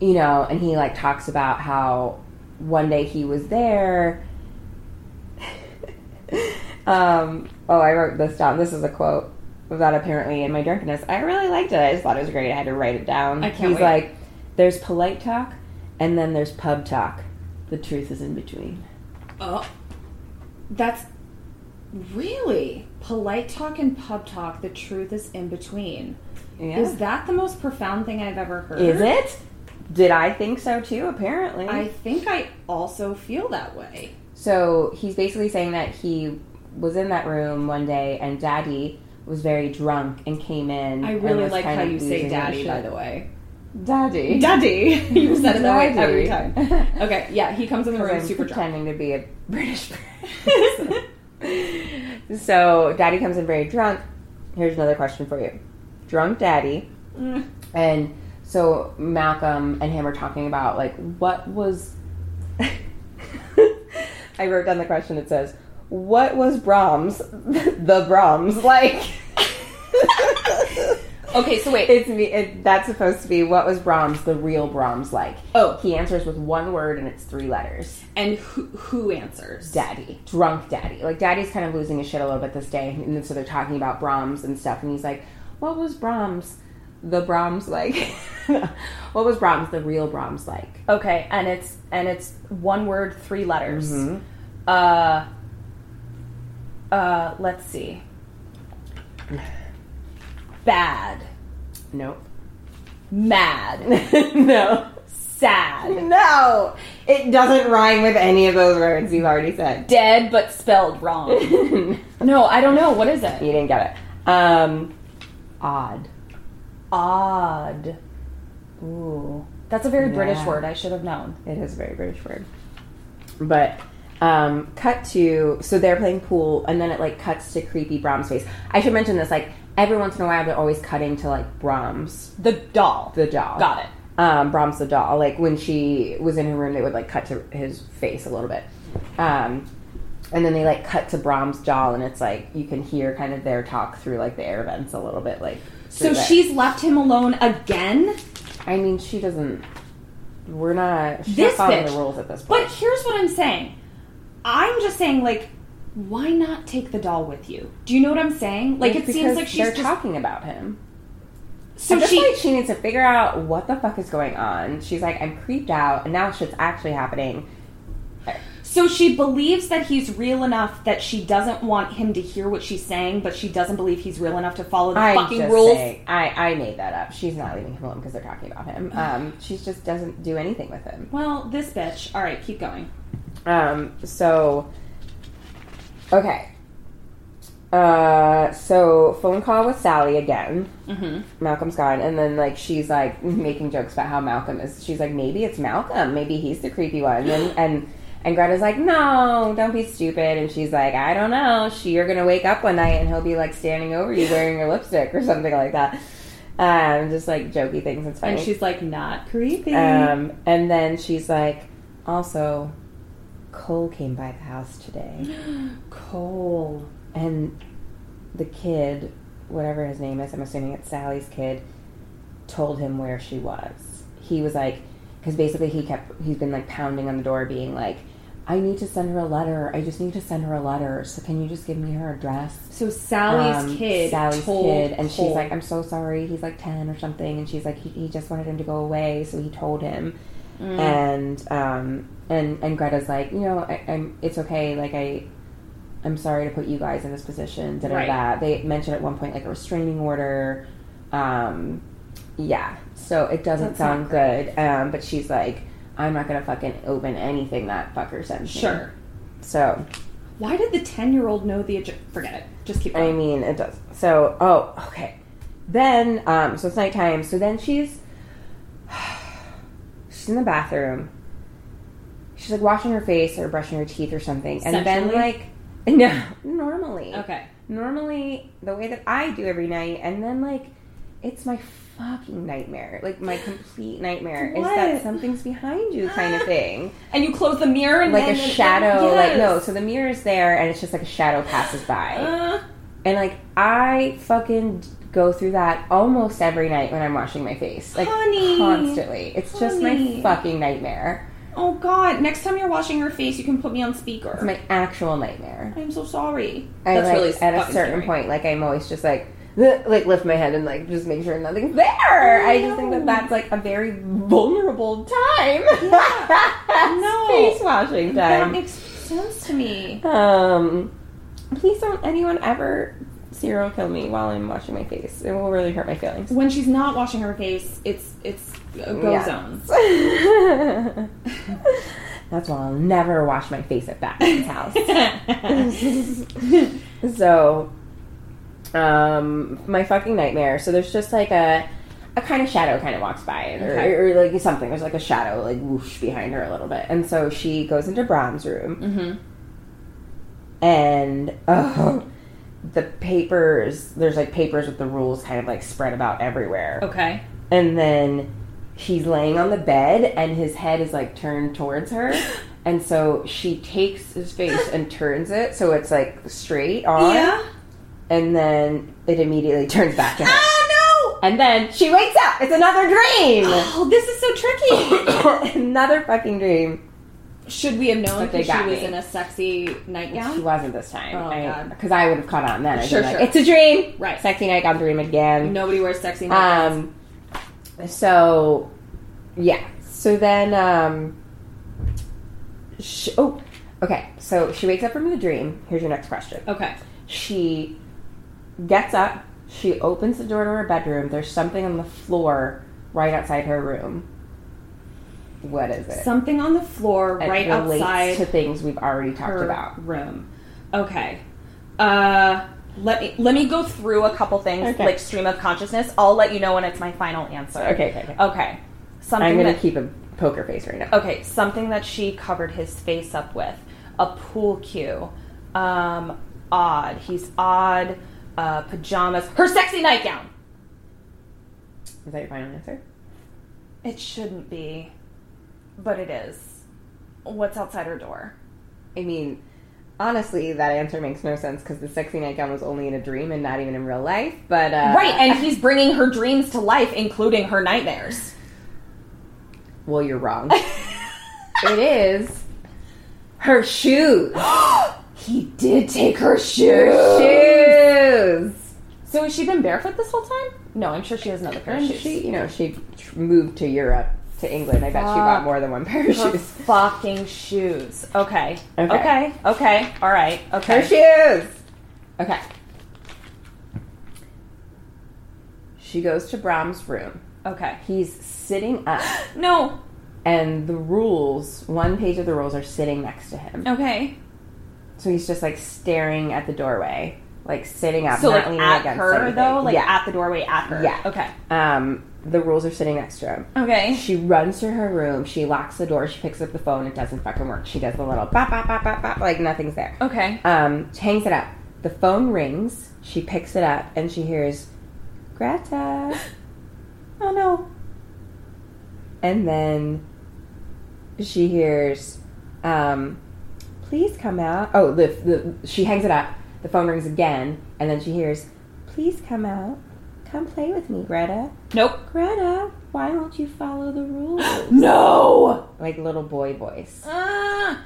Speaker 4: you know, and he like talks about how one day he was there. um, oh, I wrote this down. This is a quote that apparently in my drunkenness, I really liked it. I just thought it was great. I had to write it down.
Speaker 5: I can't
Speaker 4: He's
Speaker 5: wait.
Speaker 4: like, "There's polite talk, and then there's pub talk. The truth is in between."
Speaker 5: Oh, that's really polite talk and pub talk. The truth is in between.
Speaker 4: Yeah.
Speaker 5: Is that the most profound thing I've ever heard?
Speaker 4: Is it? Did I think so too? Apparently,
Speaker 5: I think I also feel that way.
Speaker 4: So he's basically saying that he was in that room one day and daddy was very drunk and came in.
Speaker 5: Mm, I
Speaker 4: and
Speaker 5: really
Speaker 4: was
Speaker 5: like
Speaker 4: kind
Speaker 5: how
Speaker 4: of
Speaker 5: you say
Speaker 4: losing his
Speaker 5: daddy,
Speaker 4: shit.
Speaker 5: by the way.
Speaker 4: Daddy.
Speaker 5: Daddy. you said it that way every
Speaker 4: Daddy.
Speaker 5: time. Okay, yeah, he comes in the room
Speaker 4: I'm
Speaker 5: super drunk.
Speaker 4: pretending to be a British person. so daddy comes in very drunk. Here's another question for you. Drunk daddy.
Speaker 5: Mm.
Speaker 4: And so Malcolm and him are talking about like what was I wrote down the question it says, What was Brahms the Brahms like?
Speaker 5: Okay, so wait.
Speaker 4: It's me. It, that's supposed to be what was Brahms, the real Brahms, like?
Speaker 5: Oh.
Speaker 4: he answers with one word and it's three letters.
Speaker 5: And who, who answers?
Speaker 4: Daddy, drunk daddy. Like daddy's kind of losing his shit a little bit this day, and then so they're talking about Brahms and stuff, and he's like, "What was Brahms, the Brahms like? what was Brahms, the real Brahms like?"
Speaker 5: Okay, and it's and it's one word, three letters.
Speaker 4: Mm-hmm.
Speaker 5: Uh, uh, let's see. Bad,
Speaker 4: Nope.
Speaker 5: mad,
Speaker 4: no.
Speaker 5: sad,
Speaker 4: No, it doesn't rhyme with any of those words you've already said.
Speaker 5: dead but spelled wrong. no, I don't know. What is it?
Speaker 4: You didn't get it. Um, odd.
Speaker 5: Odd. Ooh, that's a very British
Speaker 4: Yeah.
Speaker 5: word. I should have known.
Speaker 4: It is a very British word. But um, cut to so they're playing pool, and then it like cuts to creepy Brahms face. I should mention this like every once in a while they're always cutting to like Brahms
Speaker 5: The doll.
Speaker 4: the doll.
Speaker 5: Got it.
Speaker 4: Um, Brahms the doll. Like when she was in her room, they would like cut to his face a little bit, um, and then they like cut to Brahms doll, and it's like you can hear kind of their talk through like the air vents a little bit. Like
Speaker 5: So
Speaker 4: through that.
Speaker 5: she's left him alone again.
Speaker 4: I mean, she doesn't. We're not. She's
Speaker 5: This
Speaker 4: not following
Speaker 5: bitch.
Speaker 4: the rules at this point.
Speaker 5: But here's what I'm saying. I'm just saying, like, why not take the doll with you? Do you know what I'm saying? Like, it seems
Speaker 4: because
Speaker 5: like she's
Speaker 4: they're
Speaker 5: just,
Speaker 4: talking about him.
Speaker 5: so
Speaker 4: I just
Speaker 5: she.
Speaker 4: like she needs to figure out what the fuck is going on. She's like, I'm creeped out, and now shit's actually happening.
Speaker 5: So she believes that he's real enough that she doesn't want him to hear what she's saying, but she doesn't believe he's real enough to follow the
Speaker 4: I'm
Speaker 5: fucking
Speaker 4: just
Speaker 5: rules.
Speaker 4: saying- I I made that up. She's not leaving him alone because they're talking about him. Um, she just doesn't do anything with him.
Speaker 5: Well, this bitch. All right, keep going.
Speaker 4: Um, so okay. Uh, so phone call with Sally again. Mm-hmm. Malcolm's gone, and then like she's like making jokes about how Malcolm is. She's like, maybe it's Malcolm. Maybe he's the creepy one. And and and Greta's like, no, don't be stupid. And she's like, I don't know. She, you're gonna wake up one night and he'll be like standing over you wearing your lipstick or something like that. Um, just like jokey things. It's funny.
Speaker 5: And she's like, not creepy.
Speaker 4: Um, and then she's like, also, Cole came by the house today.
Speaker 5: Cole.
Speaker 4: And the kid, whatever his name is, I'm assuming it's Sally's kid, told him where she was. He was like, because basically he kept, he's been like pounding on the door, being like, I need to send her a letter. I just need to send her a letter. So can you just give me her address?
Speaker 5: So Sally's
Speaker 4: Um,
Speaker 5: kid.
Speaker 4: Sally's
Speaker 5: told
Speaker 4: kid, and
Speaker 5: Cole.
Speaker 4: she's like, "I'm so sorry." He's like ten or something, and she's like, "He, he just wanted him to go away," so he told him,
Speaker 5: Mm.
Speaker 4: and um, and and Greta's like, "You know, I, I'm it's okay. Like I, I'm sorry to put you guys in this position." Da da
Speaker 5: Right.
Speaker 4: da. They mentioned at one point like a restraining order, um, Yeah, so it doesn't sound good. Um, but she's like, I'm not gonna fucking open anything that fucker sends me.
Speaker 5: Sure.
Speaker 4: So
Speaker 5: Why did the 10 year old know the address? Forget it. Just keep
Speaker 4: I
Speaker 5: going.
Speaker 4: mean, it does. So, oh, okay. Then, um, so it's nighttime. So then she's she's in the bathroom. She's like washing her face or brushing her teeth or something, and then
Speaker 5: Sexually?
Speaker 4: like no, normally,
Speaker 5: Okay.
Speaker 4: normally the way that I do every night, and then like it's my fucking nightmare, like my complete nightmare is that
Speaker 5: What?
Speaker 4: something's behind you, kind of thing
Speaker 5: And you close the mirror and
Speaker 4: like a
Speaker 5: then it-
Speaker 4: shadow. Like no,
Speaker 5: Yes.
Speaker 4: so the mirror's there, and it's just like a shadow passes by,
Speaker 5: Uh.
Speaker 4: and like I fucking go through that almost every night when I'm washing my face, like
Speaker 5: Honey.
Speaker 4: constantly. It's just my
Speaker 5: Honey.
Speaker 4: fucking nightmare.
Speaker 5: Oh God! Next time you're washing your face, you can put me on speaker.
Speaker 4: It's my actual nightmare.
Speaker 5: I'm so sorry.
Speaker 4: I like, at a
Speaker 5: fucking
Speaker 4: certain
Speaker 5: scary.
Speaker 4: point, like I'm always just like. "Ugh," Like lift my head and like just make sure nothing's there. I just think that that's like a very vulnerable time.
Speaker 5: No.
Speaker 4: face washing time.
Speaker 5: That makes sense to me.
Speaker 4: Um, please don't anyone ever serial kill me while I'm washing my face. It will really hurt my feelings.
Speaker 5: When she's not washing her face, it's it's a go
Speaker 4: Yeah.
Speaker 5: zone.
Speaker 4: That's why I'll never wash my face at Batman's house. so, um, my fucking nightmare. So there's just like a a kind of shadow kind of walks by, and- or,
Speaker 5: Okay.
Speaker 4: or, like something. There's like a shadow like whoosh behind her a little bit, and so she goes into Brahm's room, and oh, the papers. There's like papers with the rules kind of like spread about everywhere
Speaker 5: Okay.
Speaker 4: and then he's laying on the bed and his head is like turned towards her and so she takes his face and turns it so it's like straight on
Speaker 5: Yeah.
Speaker 4: and then it immediately turns back to her
Speaker 5: Ah no!
Speaker 4: and then she wakes up it's another dream
Speaker 5: Oh, this is so tricky.
Speaker 4: another fucking dream
Speaker 5: Should we have known
Speaker 4: But they
Speaker 5: that she
Speaker 4: got
Speaker 5: was
Speaker 4: me.
Speaker 5: in a sexy
Speaker 4: she
Speaker 5: nightgown?
Speaker 4: wasn't this
Speaker 5: Oh,
Speaker 4: time
Speaker 5: God.
Speaker 4: because I, would have caught on then I'd
Speaker 5: Sure,
Speaker 4: been like
Speaker 5: sure.
Speaker 4: it's a dream
Speaker 5: Right.
Speaker 4: sexy night got dream again
Speaker 5: Nobody wears sexy nightgowns.
Speaker 4: Um, so, yeah. So then, um, sh oh, okay. So she wakes up from the dream. Here's your next question.
Speaker 5: okay.
Speaker 4: She gets up. She opens the door to her bedroom. There's something on the floor right outside her room. What is it?
Speaker 5: Something on the floor
Speaker 4: It
Speaker 5: right
Speaker 4: relates
Speaker 5: outside
Speaker 4: to things we've already talked
Speaker 5: her
Speaker 4: about.
Speaker 5: room. Okay. Uh, let me let me go through a couple things
Speaker 4: Okay.
Speaker 5: like stream of consciousness. I'll let you know when it's my final answer.
Speaker 4: Okay, okay, okay.
Speaker 5: Okay. Something
Speaker 4: I'm gonna
Speaker 5: that,
Speaker 4: keep a poker face right now.
Speaker 5: Okay, something that she covered his face up with. A pool cue. Um, odd. He's odd. Uh, pajamas. Her sexy nightgown.
Speaker 4: Is that your final answer?
Speaker 5: It shouldn't be, but it is. What's outside her door?
Speaker 4: I mean, honestly, that answer makes no sense because the sexy nightgown was only in a dream and not even in real life. But uh,
Speaker 5: Right, and he's bringing her dreams to life, including her nightmares.
Speaker 4: well, you're wrong. it is her shoes.
Speaker 5: He did take her shoes.
Speaker 4: shoes.
Speaker 5: So has she been barefoot this whole time? No, I'm sure she has another pair of
Speaker 4: And
Speaker 5: shoes.
Speaker 4: she, you know, she tr- moved to Europe to England. I bet she bought more than one pair of
Speaker 5: her
Speaker 4: shoes.
Speaker 5: fucking shoes. Okay.
Speaker 4: Okay.
Speaker 5: Okay. Okay. okay. All right.
Speaker 4: Her
Speaker 5: Okay.
Speaker 4: shoes. Okay. She goes to Brahm's room.
Speaker 5: okay.
Speaker 4: He's sitting up.
Speaker 5: No.
Speaker 4: and the rules, one page of the rules are sitting next to him.
Speaker 5: Okay.
Speaker 4: So he's just like staring at the doorway, like sitting up,
Speaker 5: So
Speaker 4: not
Speaker 5: like
Speaker 4: leaning
Speaker 5: at
Speaker 4: against
Speaker 5: her
Speaker 4: anything.
Speaker 5: though, like
Speaker 4: yeah.
Speaker 5: at the doorway at her.
Speaker 4: Yeah.
Speaker 5: Okay.
Speaker 4: um, the rules are sitting next to him.
Speaker 5: Okay.
Speaker 4: She runs to her room. She locks the door. She picks up the phone. It doesn't fucking work. She does the little bop bop bop bop bop, like nothing's there.
Speaker 5: Okay.
Speaker 4: Um, she hangs it up. The phone rings. She picks it up and she hears, Greta. oh no. And then she hears, um, please come out. Oh, the, the she hangs it up. The phone rings again, and then she hears, please come out. Come play with me, Greta.
Speaker 5: Nope.
Speaker 4: Greta, why won't you follow the rules?
Speaker 5: No.
Speaker 4: like little boy voice.
Speaker 5: Uh,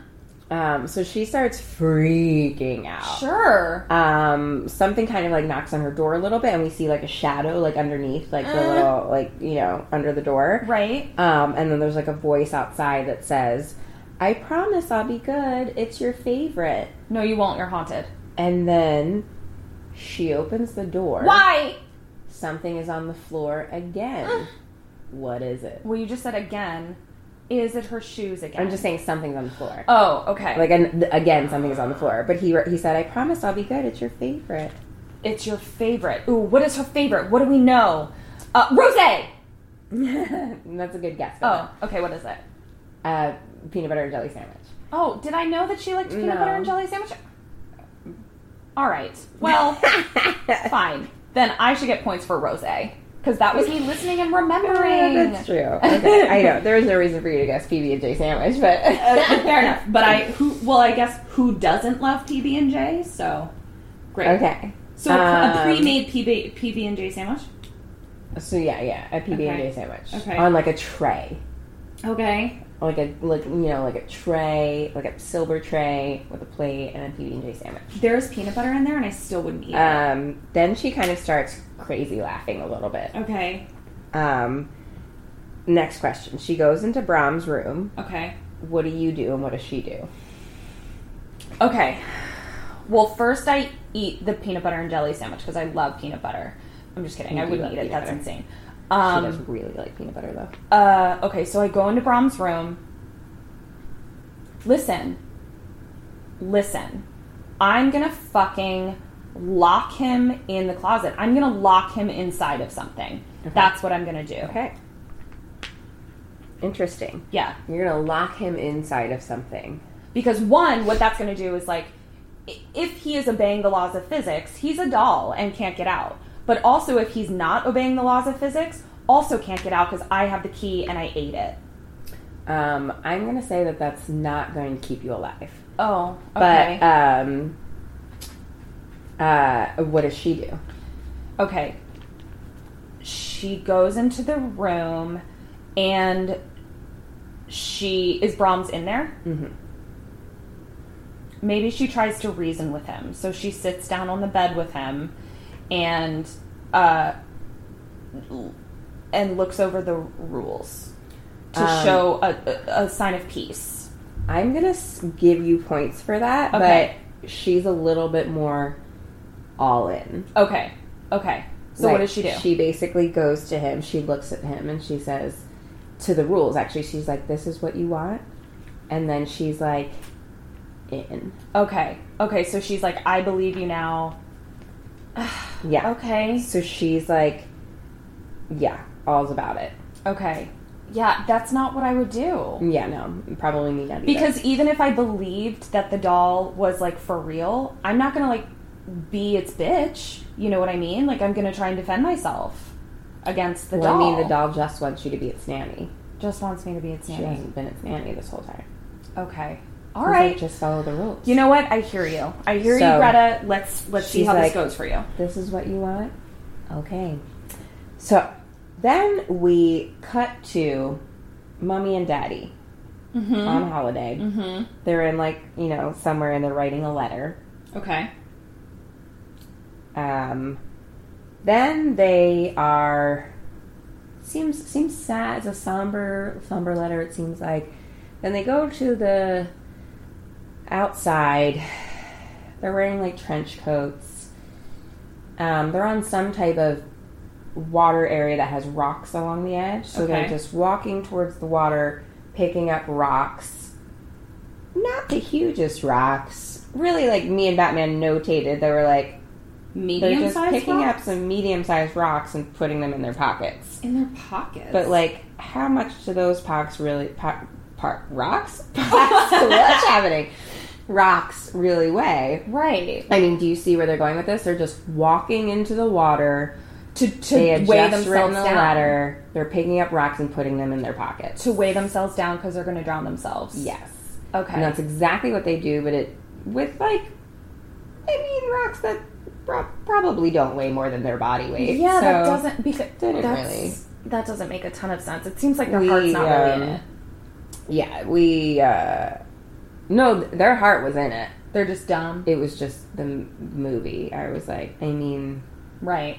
Speaker 4: Um, so she starts freaking out
Speaker 5: sure.
Speaker 4: um, something kind of like knocks on her door a little bit, and we see like a shadow like underneath, like the
Speaker 5: Uh.
Speaker 4: little like you know under the door.
Speaker 5: Right.
Speaker 4: Um, and then there's like a voice outside that says, "I promise I'll be good. It's your favorite."
Speaker 5: No, you won't. You're haunted.
Speaker 4: And then she opens the door.
Speaker 5: Why?
Speaker 4: Something is on the floor again. what is it?
Speaker 5: Well, you just said again. Is it her shoes again?
Speaker 4: I'm just saying something's on the floor.
Speaker 5: Oh, okay.
Speaker 4: Like an, again, something is on the floor. But he re- he said, "I promise I'll be good. It's your favorite."
Speaker 5: it's your favorite. Ooh, what is her favorite? What do we know? Uh, Rose.
Speaker 4: And that's a good guess.
Speaker 5: Oh, okay. What is it?
Speaker 4: uh, peanut butter and jelly sandwich.
Speaker 5: Oh, did I know that she liked peanut
Speaker 4: No.
Speaker 5: butter and jelly sandwich? All right. Well, fine. Then I should get points for Rose because that was me listening and remembering.
Speaker 4: Oh, that's true. Okay, I know there was no reason for you to guess PB and J sandwich, but
Speaker 5: Fair enough. But I who well I guess who doesn't love PB and J? So great.
Speaker 4: okay.
Speaker 5: So a- a
Speaker 4: Um,
Speaker 5: pre-made PB PB and J sandwich.
Speaker 4: So yeah, yeah, a PB and
Speaker 5: Okay.
Speaker 4: J sandwich
Speaker 5: Okay.
Speaker 4: on like a tray,
Speaker 5: Okay.
Speaker 4: like a like you know like a tray, like a silver tray with a plate and a PB and J sandwich.
Speaker 5: There's peanut butter in there, and I still wouldn't eat it.
Speaker 4: Um, then she kind of starts crazy laughing a little bit.
Speaker 5: Okay.
Speaker 4: Um, next question. She goes into Brahm's room.
Speaker 5: Okay.
Speaker 4: What do you do and what does she do?
Speaker 5: Okay. Well, first I eat the peanut butter and jelly sandwich because I love peanut butter. I'm just kidding. I
Speaker 4: do
Speaker 5: wouldn't
Speaker 4: love
Speaker 5: eat it.
Speaker 4: peanut
Speaker 5: That's
Speaker 4: butter.
Speaker 5: insane.
Speaker 4: She
Speaker 5: Um,
Speaker 4: does really like peanut butter though.
Speaker 5: Uh, okay, so I go into Brahm's room. Listen. Listen. I'm gonna fucking lock him in the closet. I'm gonna lock him inside of something. That's what I'm gonna do.
Speaker 4: Okay. Interesting.
Speaker 5: Yeah.
Speaker 4: You're gonna lock him inside of something.
Speaker 5: Because one, what that's gonna do is like, i- if he is obeying the laws of physics, he's a doll and can't get out. But also, if he's not obeying the laws of physics, also can't get out because I have the key and I ate it.
Speaker 4: Um, I'm gonna say that that's not going to keep you alive.
Speaker 5: Oh,
Speaker 4: But um, uh, what does she do?
Speaker 5: Okay. She goes into the room and she is Brahms in there. Mm-hmm. Maybe she tries to reason with him. So she sits down on the bed with him and uh, and looks over the rules to show a, a, a sign of peace.
Speaker 4: I'm gonna s- give you points for that,
Speaker 5: Okay.
Speaker 4: but she's a little bit more all in.
Speaker 5: Okay. Okay. So what
Speaker 4: Like,
Speaker 5: does she do?
Speaker 4: She basically goes to him. She looks at him and she says, to the rules. Actually, she's like, "This is what you want," and then she's like, "In."
Speaker 5: okay. Okay. So she's like, I believe you now.
Speaker 4: Yeah.
Speaker 5: Okay.
Speaker 4: So she's like, yeah, all's about it.
Speaker 5: Okay. Yeah, that's not what I would do.
Speaker 4: Mm, Yeah, no, probably need not either.
Speaker 5: Because even if I believed that the doll was like for real, I'm not gonna like be its bitch. You know what I mean? Like I'm gonna try and defend myself against the
Speaker 4: well, I
Speaker 5: doll.
Speaker 4: mean, the doll just wants you to be its nanny.
Speaker 5: just wants me to be its
Speaker 4: She
Speaker 5: nanny.
Speaker 4: hasn't been its nanny this whole time.
Speaker 5: Okay. All
Speaker 4: She's like,
Speaker 5: right.
Speaker 4: just follow the rules.
Speaker 5: you know what? I hear you. I hear you,
Speaker 4: So,
Speaker 5: Greta. Let's let's see
Speaker 4: she's
Speaker 5: how this
Speaker 4: like-
Speaker 5: goes for you.
Speaker 4: this is what you want. Okay. So then we cut to mommy and daddy on holiday. Mm-hmm. They're in like you know somewhere and they're writing a letter.
Speaker 5: Okay.
Speaker 4: Um, then they are seems seems sad. It's a somber somber letter. It seems like. Then they go to the outside. They're wearing like trench coats. Um, they're on some type of water area that has rocks along the edge. So they're
Speaker 5: Okay.
Speaker 4: just walking towards the water, picking up rocks. Not the hugest rocks. Really, like me and Batman notated, they were like, they're
Speaker 5: Medium
Speaker 4: just
Speaker 5: sized
Speaker 4: picking up some medium-sized rocks and putting them in their pockets.
Speaker 5: in their pockets.
Speaker 4: But like, how much do those pox really po- par- rocks? Pox? What's happening? Rocks really weigh.
Speaker 5: right
Speaker 4: I mean, do you see where they're going with this? They're just walking into the water.
Speaker 5: to to
Speaker 4: They had
Speaker 5: weigh
Speaker 4: just
Speaker 5: themselves
Speaker 4: ridden the
Speaker 5: down.
Speaker 4: ladder. They're picking up rocks and putting them in their pockets.
Speaker 5: to weigh themselves down because they're going to drown themselves.
Speaker 4: Yes,
Speaker 5: Okay.
Speaker 4: and that's exactly what they do. But it with like, I mean, rocks that pro- probably don't weigh more than their body weight.
Speaker 5: yeah, that
Speaker 4: so-
Speaker 5: doesn't because
Speaker 4: didn't
Speaker 5: that's,
Speaker 4: really.
Speaker 5: that doesn't make a ton of sense. It seems like their
Speaker 4: We,
Speaker 5: heart's not really in
Speaker 4: um,
Speaker 5: it.
Speaker 4: Yeah, we uh no, th- their heart was in it.
Speaker 5: They're just dumb.
Speaker 4: It was just the m- movie. I was like, I mean,
Speaker 5: right.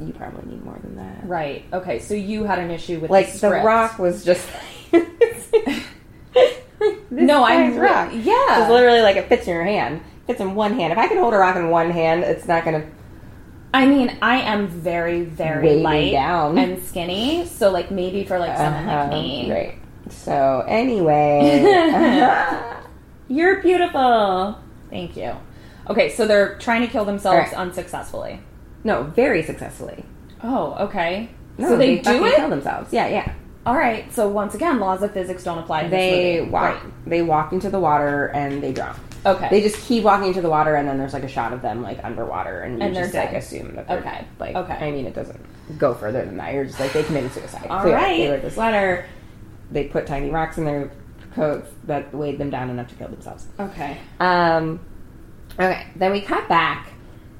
Speaker 4: you probably need more than that.
Speaker 5: Right. Okay. So you had an issue with
Speaker 4: Like
Speaker 5: the
Speaker 4: the
Speaker 5: script.
Speaker 4: rock was just
Speaker 5: No, I'm
Speaker 4: guy's rock. It's
Speaker 5: Yeah.
Speaker 4: literally like it fits in your hand. Fits in one hand. If I can hold a rock in one hand, it's not gonna
Speaker 5: I mean, I am very, very
Speaker 4: Way
Speaker 5: light
Speaker 4: down. Uh-huh,
Speaker 5: and skinny, so like maybe for like someone like me,
Speaker 4: Great. Um, So anyway,
Speaker 5: you're beautiful. Thank you. Okay, so they're trying to kill themselves
Speaker 4: All right.
Speaker 5: unsuccessfully.
Speaker 4: no, very successfully.
Speaker 5: Oh, okay.
Speaker 4: No,
Speaker 5: so they, do
Speaker 4: fucking
Speaker 5: it.
Speaker 4: Kill themselves. Yeah, yeah.
Speaker 5: All right. So once again, laws of physics don't apply. To
Speaker 4: They
Speaker 5: this movie.
Speaker 4: walk. They walk into the water and they drown.
Speaker 5: Right. Okay.
Speaker 4: They just keep walking into the water, and then there's like a shot of them like underwater, and you
Speaker 5: And they're
Speaker 4: just like
Speaker 5: dead.
Speaker 4: assume that they're
Speaker 5: Okay.
Speaker 4: like
Speaker 5: Okay.
Speaker 4: I mean, it doesn't go further than that. You're just like they committed suicide.
Speaker 5: All
Speaker 4: Clearly.
Speaker 5: right.
Speaker 4: They wrote this letter. They put tiny rocks in their coats that weighed them down enough to kill themselves.
Speaker 5: okay.
Speaker 4: Um, okay, then we cut back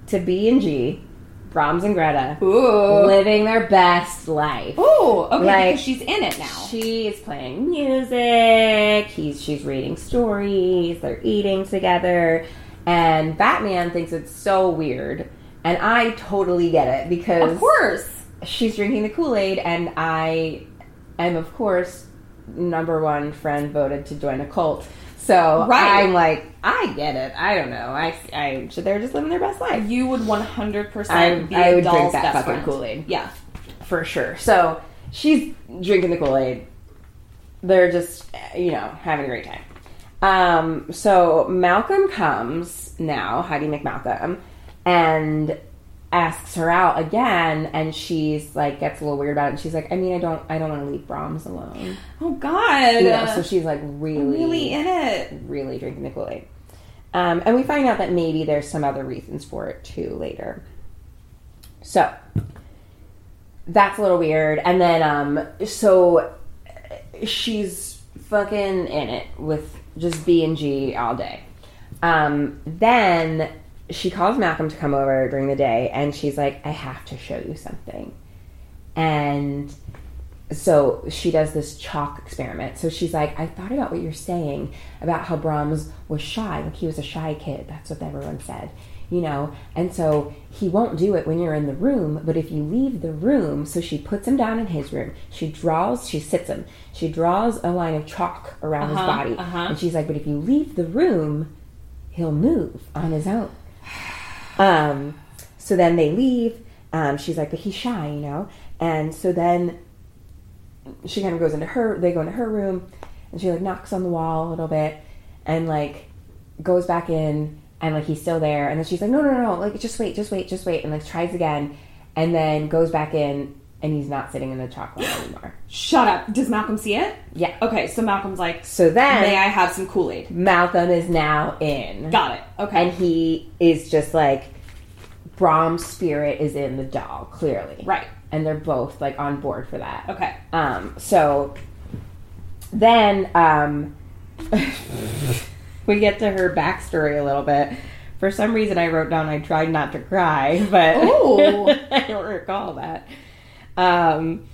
Speaker 4: to B and G, Brahms and Greta,
Speaker 5: Ooh.
Speaker 4: living their best life.
Speaker 5: Ooh. Okay.
Speaker 4: Like-
Speaker 5: because she's in it now.
Speaker 4: She is playing music. He's she's reading stories. They're eating together, and Batman thinks it's so weird. And I totally get it because
Speaker 5: Of course.
Speaker 4: she's drinking the Kool Aid, and I am, of course, number one friend voted to join a cult. So
Speaker 5: Right.
Speaker 4: I'm like, I get it. I don't know. I, I should they're just living their best life
Speaker 5: You would 100%
Speaker 4: I-
Speaker 5: be
Speaker 4: I
Speaker 5: a
Speaker 4: would drink
Speaker 5: doll's
Speaker 4: that
Speaker 5: best
Speaker 4: fucking
Speaker 5: friend.
Speaker 4: Kool-Aid.
Speaker 5: Yeah.
Speaker 4: for sure. So she's drinking the Kool Aid. They're just you know having a great time. Um, so Malcolm comes now, Heidi McMalcolm, and asks her out again, and she's like gets a little weird about it. And she's like, I mean, I don't, I don't want to leave Brahms alone.
Speaker 5: Oh, God.
Speaker 4: You know, so she's like really,
Speaker 5: really in it.
Speaker 4: really drinking the Kool Aid. Um, and we find out that maybe there's some other reasons for it too later. So that's a little weird. And then, um, so she's fucking in it with just B and G all day. Um, then she calls Malcolm to come over during the day, and she's like, "I have to show you something." And so she does this chalk experiment. So she's like, I thought about what you're saying about how Brahms was shy. Like he was a shy kid. That's what everyone said, you know? And so he won't do it when you're in the room, but if you leave the room, so she puts him down in his room. She draws, she sits him. She draws a line of chalk around his body. And she's like, but if you leave the room, he'll move on his own. Um, so then they leave. Um, she's like, but he's shy, you know? And so then she kind of goes into her they go into her room and she like knocks on the wall a little bit and like goes back in and like he's still there and then she's like no no no no like just wait just wait just wait and like tries again and then goes back in and he's not sitting in the chocolate anymore
Speaker 5: Shut up. Does Malcolm see it?
Speaker 4: yeah
Speaker 5: Okay, so Malcolm's like,
Speaker 4: so then
Speaker 5: may I have some Kool Aid?
Speaker 4: malcolm is now in
Speaker 5: Got it. Okay.
Speaker 4: and he is just like brahm's spirit is in the doll clearly
Speaker 5: Right.
Speaker 4: and they're both like on board for that
Speaker 5: Okay.
Speaker 4: Um, so then um, we get to her backstory a little bit. For some reason, I wrote down I tried not to cry, but
Speaker 5: Ooh.
Speaker 4: I don't recall that. Um,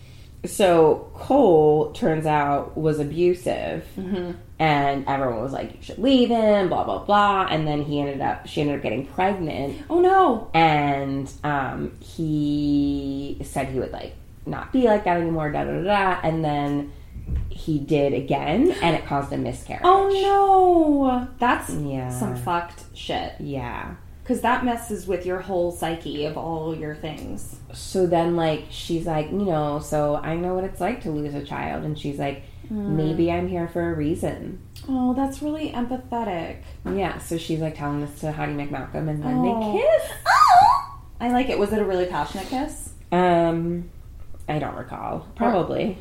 Speaker 4: so Cole turns out was abusive,
Speaker 5: Mm-hmm.
Speaker 4: and everyone was like, "You should leave him," blah blah blah. And then he ended up, she ended up getting pregnant,
Speaker 5: Oh, no.
Speaker 4: and um, he said he would like not be like that anymore, da da da, da. and then he did again, and it caused a miscarriage.
Speaker 5: Oh, no. That's
Speaker 4: Yeah.
Speaker 5: some fucked shit.
Speaker 4: yeah.
Speaker 5: Because that messes with your whole psyche of all your things.
Speaker 4: So then, like, she's like, you know, so I know what it's like to lose a child, and she's like,
Speaker 5: Mm.
Speaker 4: maybe I'm here for a reason.
Speaker 5: Oh, that's really empathetic.
Speaker 4: Yeah. So she's like telling this to Hottie McMalcolm, and
Speaker 5: Oh.
Speaker 4: then they kiss.
Speaker 5: I like it. Was it a really passionate kiss?
Speaker 4: Um, I don't recall. Probably.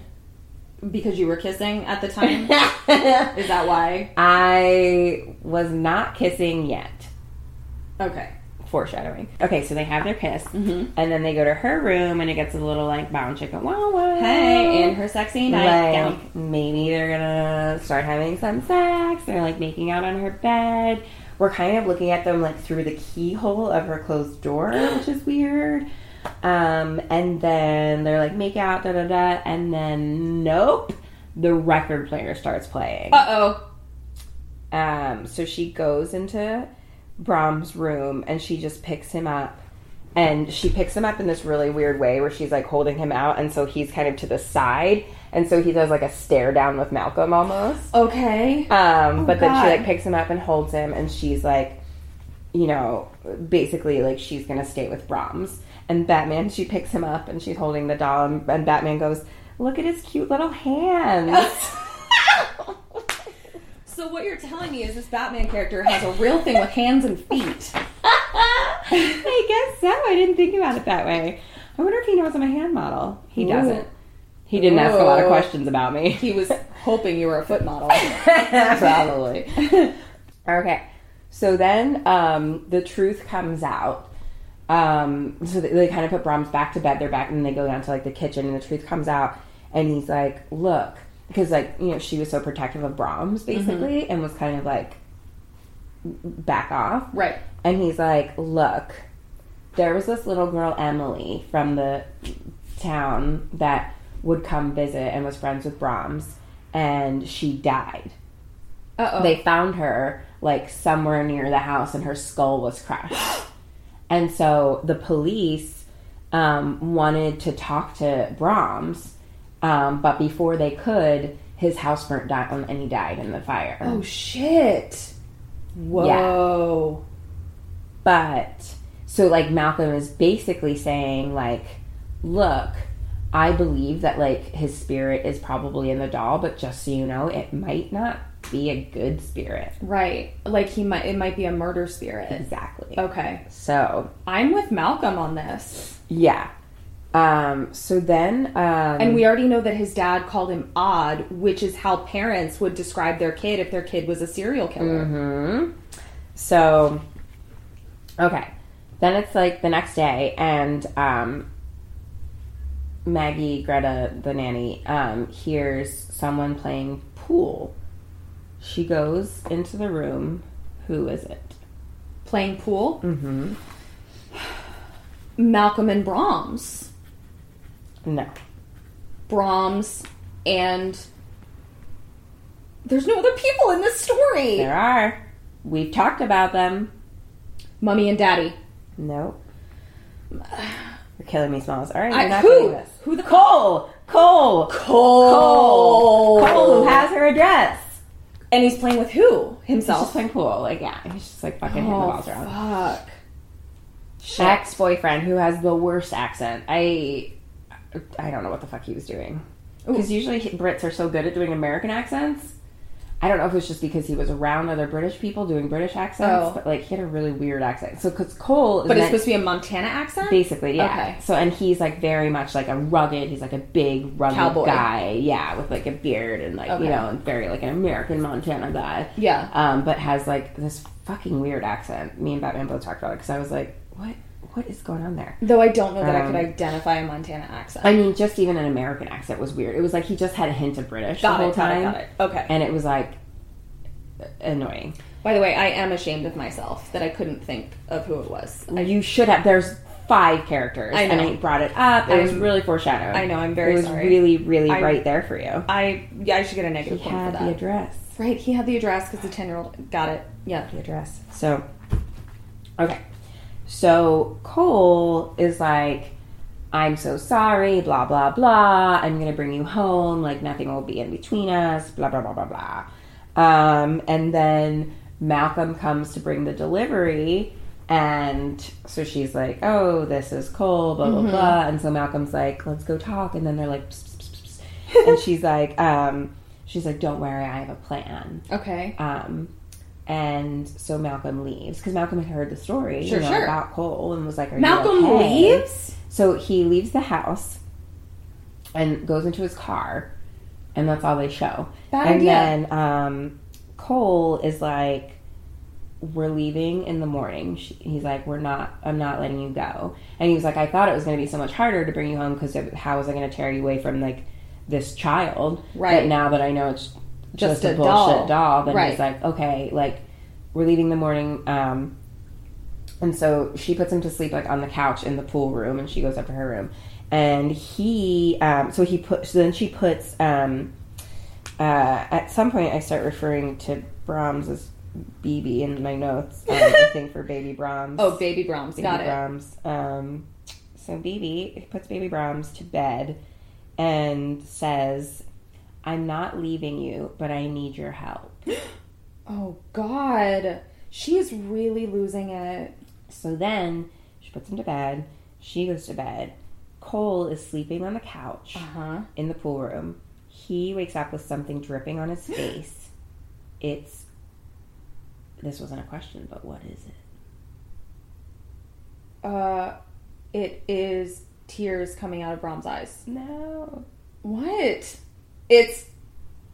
Speaker 5: Because you were kissing at the time? Is that why?
Speaker 4: I was not kissing yet.
Speaker 5: Okay. Mm-hmm.
Speaker 4: foreshadowing. Okay, so they have their kiss, and then they go to her room, and it gets a little like bound chicken wah wah.
Speaker 5: Hey,
Speaker 4: Oh.
Speaker 5: in her sexy nightgown.
Speaker 4: like maybe they're gonna start having some sex. They're like making out on her bed. We're kind of looking at them like through the keyhole of her closed door, which is weird. Um, and then they're like make out da da da, and then nope, the record player starts playing.
Speaker 5: Uh oh.
Speaker 4: Um, so she goes into Brahms' room and she just picks him up. And she picks him up in this really weird way where she's like holding him out. And so he's kind of to the side. And so he does like a stare down with Malcolm almost.
Speaker 5: Okay. Oh,
Speaker 4: Um, but then she
Speaker 5: God.
Speaker 4: like picks him up and holds him, and she's like, you know, basically like she's gonna stay with Brahms. And Batman, she picks him up and she's holding the doll, and, and Batman goes, Look at his cute little hands.
Speaker 5: So what you're telling me is this Batman character has a real thing with hands and feet.
Speaker 4: I guess so. I didn't think about it that way. I wonder if he knows I'm a hand model. He doesn't. He didn't ask a lot of
Speaker 5: Ooh.
Speaker 4: questions about me.
Speaker 5: He was hoping you were a foot model.
Speaker 4: Probably. okay. So then um, the truth comes out. Um, so they, they kind of put Brahms back to bed. They're back, and they go down to like the kitchen, and the truth comes out. And he's like, "Look," because like you know she was so protective of Brahms basically, and was kind of like back off.
Speaker 5: Right.
Speaker 4: And he's like, "Look, there was this little girl Emily from the town that would come visit and was friends with Brahms, and she died."
Speaker 5: Uh-oh.
Speaker 4: they found her like somewhere near the house and her skull was crushed and so the police um, wanted to talk to brahms um, but before they could his house burnt down and he died in the fire
Speaker 5: oh shit. Whoa.
Speaker 4: but so like malcolm is basically saying like look i believe that like his spirit is probably in the doll but just so you know it might not be a good spirit
Speaker 5: Right. Like he might it might be a murder spirit.
Speaker 4: exactly
Speaker 5: Okay.
Speaker 4: so
Speaker 5: I'm with Malcolm on this.
Speaker 4: Yeah. Um, so then, um,
Speaker 5: And we already know that his dad called him odd, which is how parents would describe their kid if their kid was a serial killer.
Speaker 4: Mm-hmm. um, so okay, then it's like the next day, and um, Maggie, Greta, the nanny, um, hears someone playing pool. She goes into the room. Who is it?
Speaker 5: Playing pool. Mm-hmm. Malcolm and Brahms.
Speaker 4: No,
Speaker 5: Brahms and there's no other people in this story.
Speaker 4: there are. We've talked about them.
Speaker 5: Mummy and Daddy.
Speaker 4: Nope. You're killing me, Smalls. All right,
Speaker 5: I-
Speaker 4: you're not
Speaker 5: who?
Speaker 4: doing this.
Speaker 5: Who the
Speaker 4: Cole? Cole. Cole. Cole, who has her address.
Speaker 5: And he's playing with who?
Speaker 4: He's just
Speaker 5: Himself.
Speaker 4: playing pool. Like, yeah, he's just like fucking hitting the
Speaker 5: Oh,
Speaker 4: balls around.
Speaker 5: fuck.
Speaker 4: Ex boyfriend who has the worst accent. I, I don't know what the fuck he was doing. Because usually he- Brits are so good at doing American accents. I don't know if it's just because he was around other British people doing British accents,
Speaker 5: Oh.
Speaker 4: but like he had a really weird accent. So because Cole, is
Speaker 5: But it's
Speaker 4: meant-
Speaker 5: supposed to be a Montana accent?
Speaker 4: Basically, yeah.
Speaker 5: Okay.
Speaker 4: So, and he's like very much like a rugged. He's like a big rugged
Speaker 5: Cowboy.
Speaker 4: guy, yeah, with like a beard and like
Speaker 5: Okay.
Speaker 4: you know, and very like an American Montana guy,
Speaker 5: Yeah.
Speaker 4: Um, but has like this fucking weird accent. Me and Batman both talked about it because I was like, what, what is going on there?
Speaker 5: Though I don't know that I
Speaker 4: Um,
Speaker 5: could identify a Montana accent.
Speaker 4: I mean, just even an American accent was weird. It was like he just had a hint of British
Speaker 5: Got
Speaker 4: the whole
Speaker 5: it, got it,
Speaker 4: time,
Speaker 5: got it. Okay.
Speaker 4: and it was like annoying.
Speaker 5: By the way, I am ashamed of myself that I couldn't think of who it was.
Speaker 4: you should have. There's five characters,
Speaker 5: I know.
Speaker 4: and I brought it up. It was
Speaker 5: I'm-
Speaker 4: really foreshadowed.
Speaker 5: I know, I'm very
Speaker 4: It was
Speaker 5: sorry.
Speaker 4: really, really
Speaker 5: I-
Speaker 4: right there for you.
Speaker 5: I yeah, I should get a negative
Speaker 4: He
Speaker 5: point for
Speaker 4: had
Speaker 5: that.
Speaker 4: the address.
Speaker 5: Right, he had the address because the ten year old got it. Yeah.
Speaker 4: The address. So, okay. So Cole is like, I'm so sorry, blah, blah, blah. I'm going to bring you home. Like, nothing will be in between us, blah, blah, blah, blah, blah. Um, and then Malcolm comes to bring the delivery. And so she's like, oh, this is Cole, blah, blah, blah. And so Malcolm's like, let's go talk. And then they're like, "Psst, psst, psst, psst." and she's like, um, she's like, don't worry, I have a plan.
Speaker 5: Okay.
Speaker 4: Um, and so Malcolm leaves because Malcolm had heard the story
Speaker 5: Sure,
Speaker 4: you know,
Speaker 5: sure.
Speaker 4: about Cole and was like, Are
Speaker 5: Malcolm
Speaker 4: you okay?
Speaker 5: leaves?
Speaker 4: So he leaves the house and goes into his car, and that's all they show.
Speaker 5: Bad
Speaker 4: and
Speaker 5: idea.
Speaker 4: then um, Cole is like, "We're leaving in the morning." She, he's like, "We're not. I'm not letting you go." And he was like, "I thought it was going to be so much harder to bring you home because how was I going to tear you away from like this child?
Speaker 5: Right.
Speaker 4: But now that I know it's just,
Speaker 5: Just
Speaker 4: a,
Speaker 5: a doll.
Speaker 4: bullshit doll, then
Speaker 5: Right.
Speaker 4: he's like, okay, like we're leaving the morning." Um, and so she puts him to sleep like on the couch in the pool room, and she goes up to her room. And he, um, so he put, so then she puts. Um, uh, at some point, I start referring to Brahms as BB in my notes. Um, I think for baby Brahms.
Speaker 5: Oh, baby Brahms.
Speaker 4: baby
Speaker 5: got it.
Speaker 4: Brahms. Um, so BB puts baby Brahms to bed and says, "I'm not leaving you, but I need your help."
Speaker 5: Oh God. She is really losing it.
Speaker 4: So then she puts him to bed She goes to bed. Cole is sleeping on the couch
Speaker 5: Uh-huh.
Speaker 4: in the pool room. He wakes up with something dripping on his face. it's. This wasn't a question, but what is it?
Speaker 5: Uh, it is tears coming out of Brahm's eyes.
Speaker 4: No.
Speaker 5: What? It's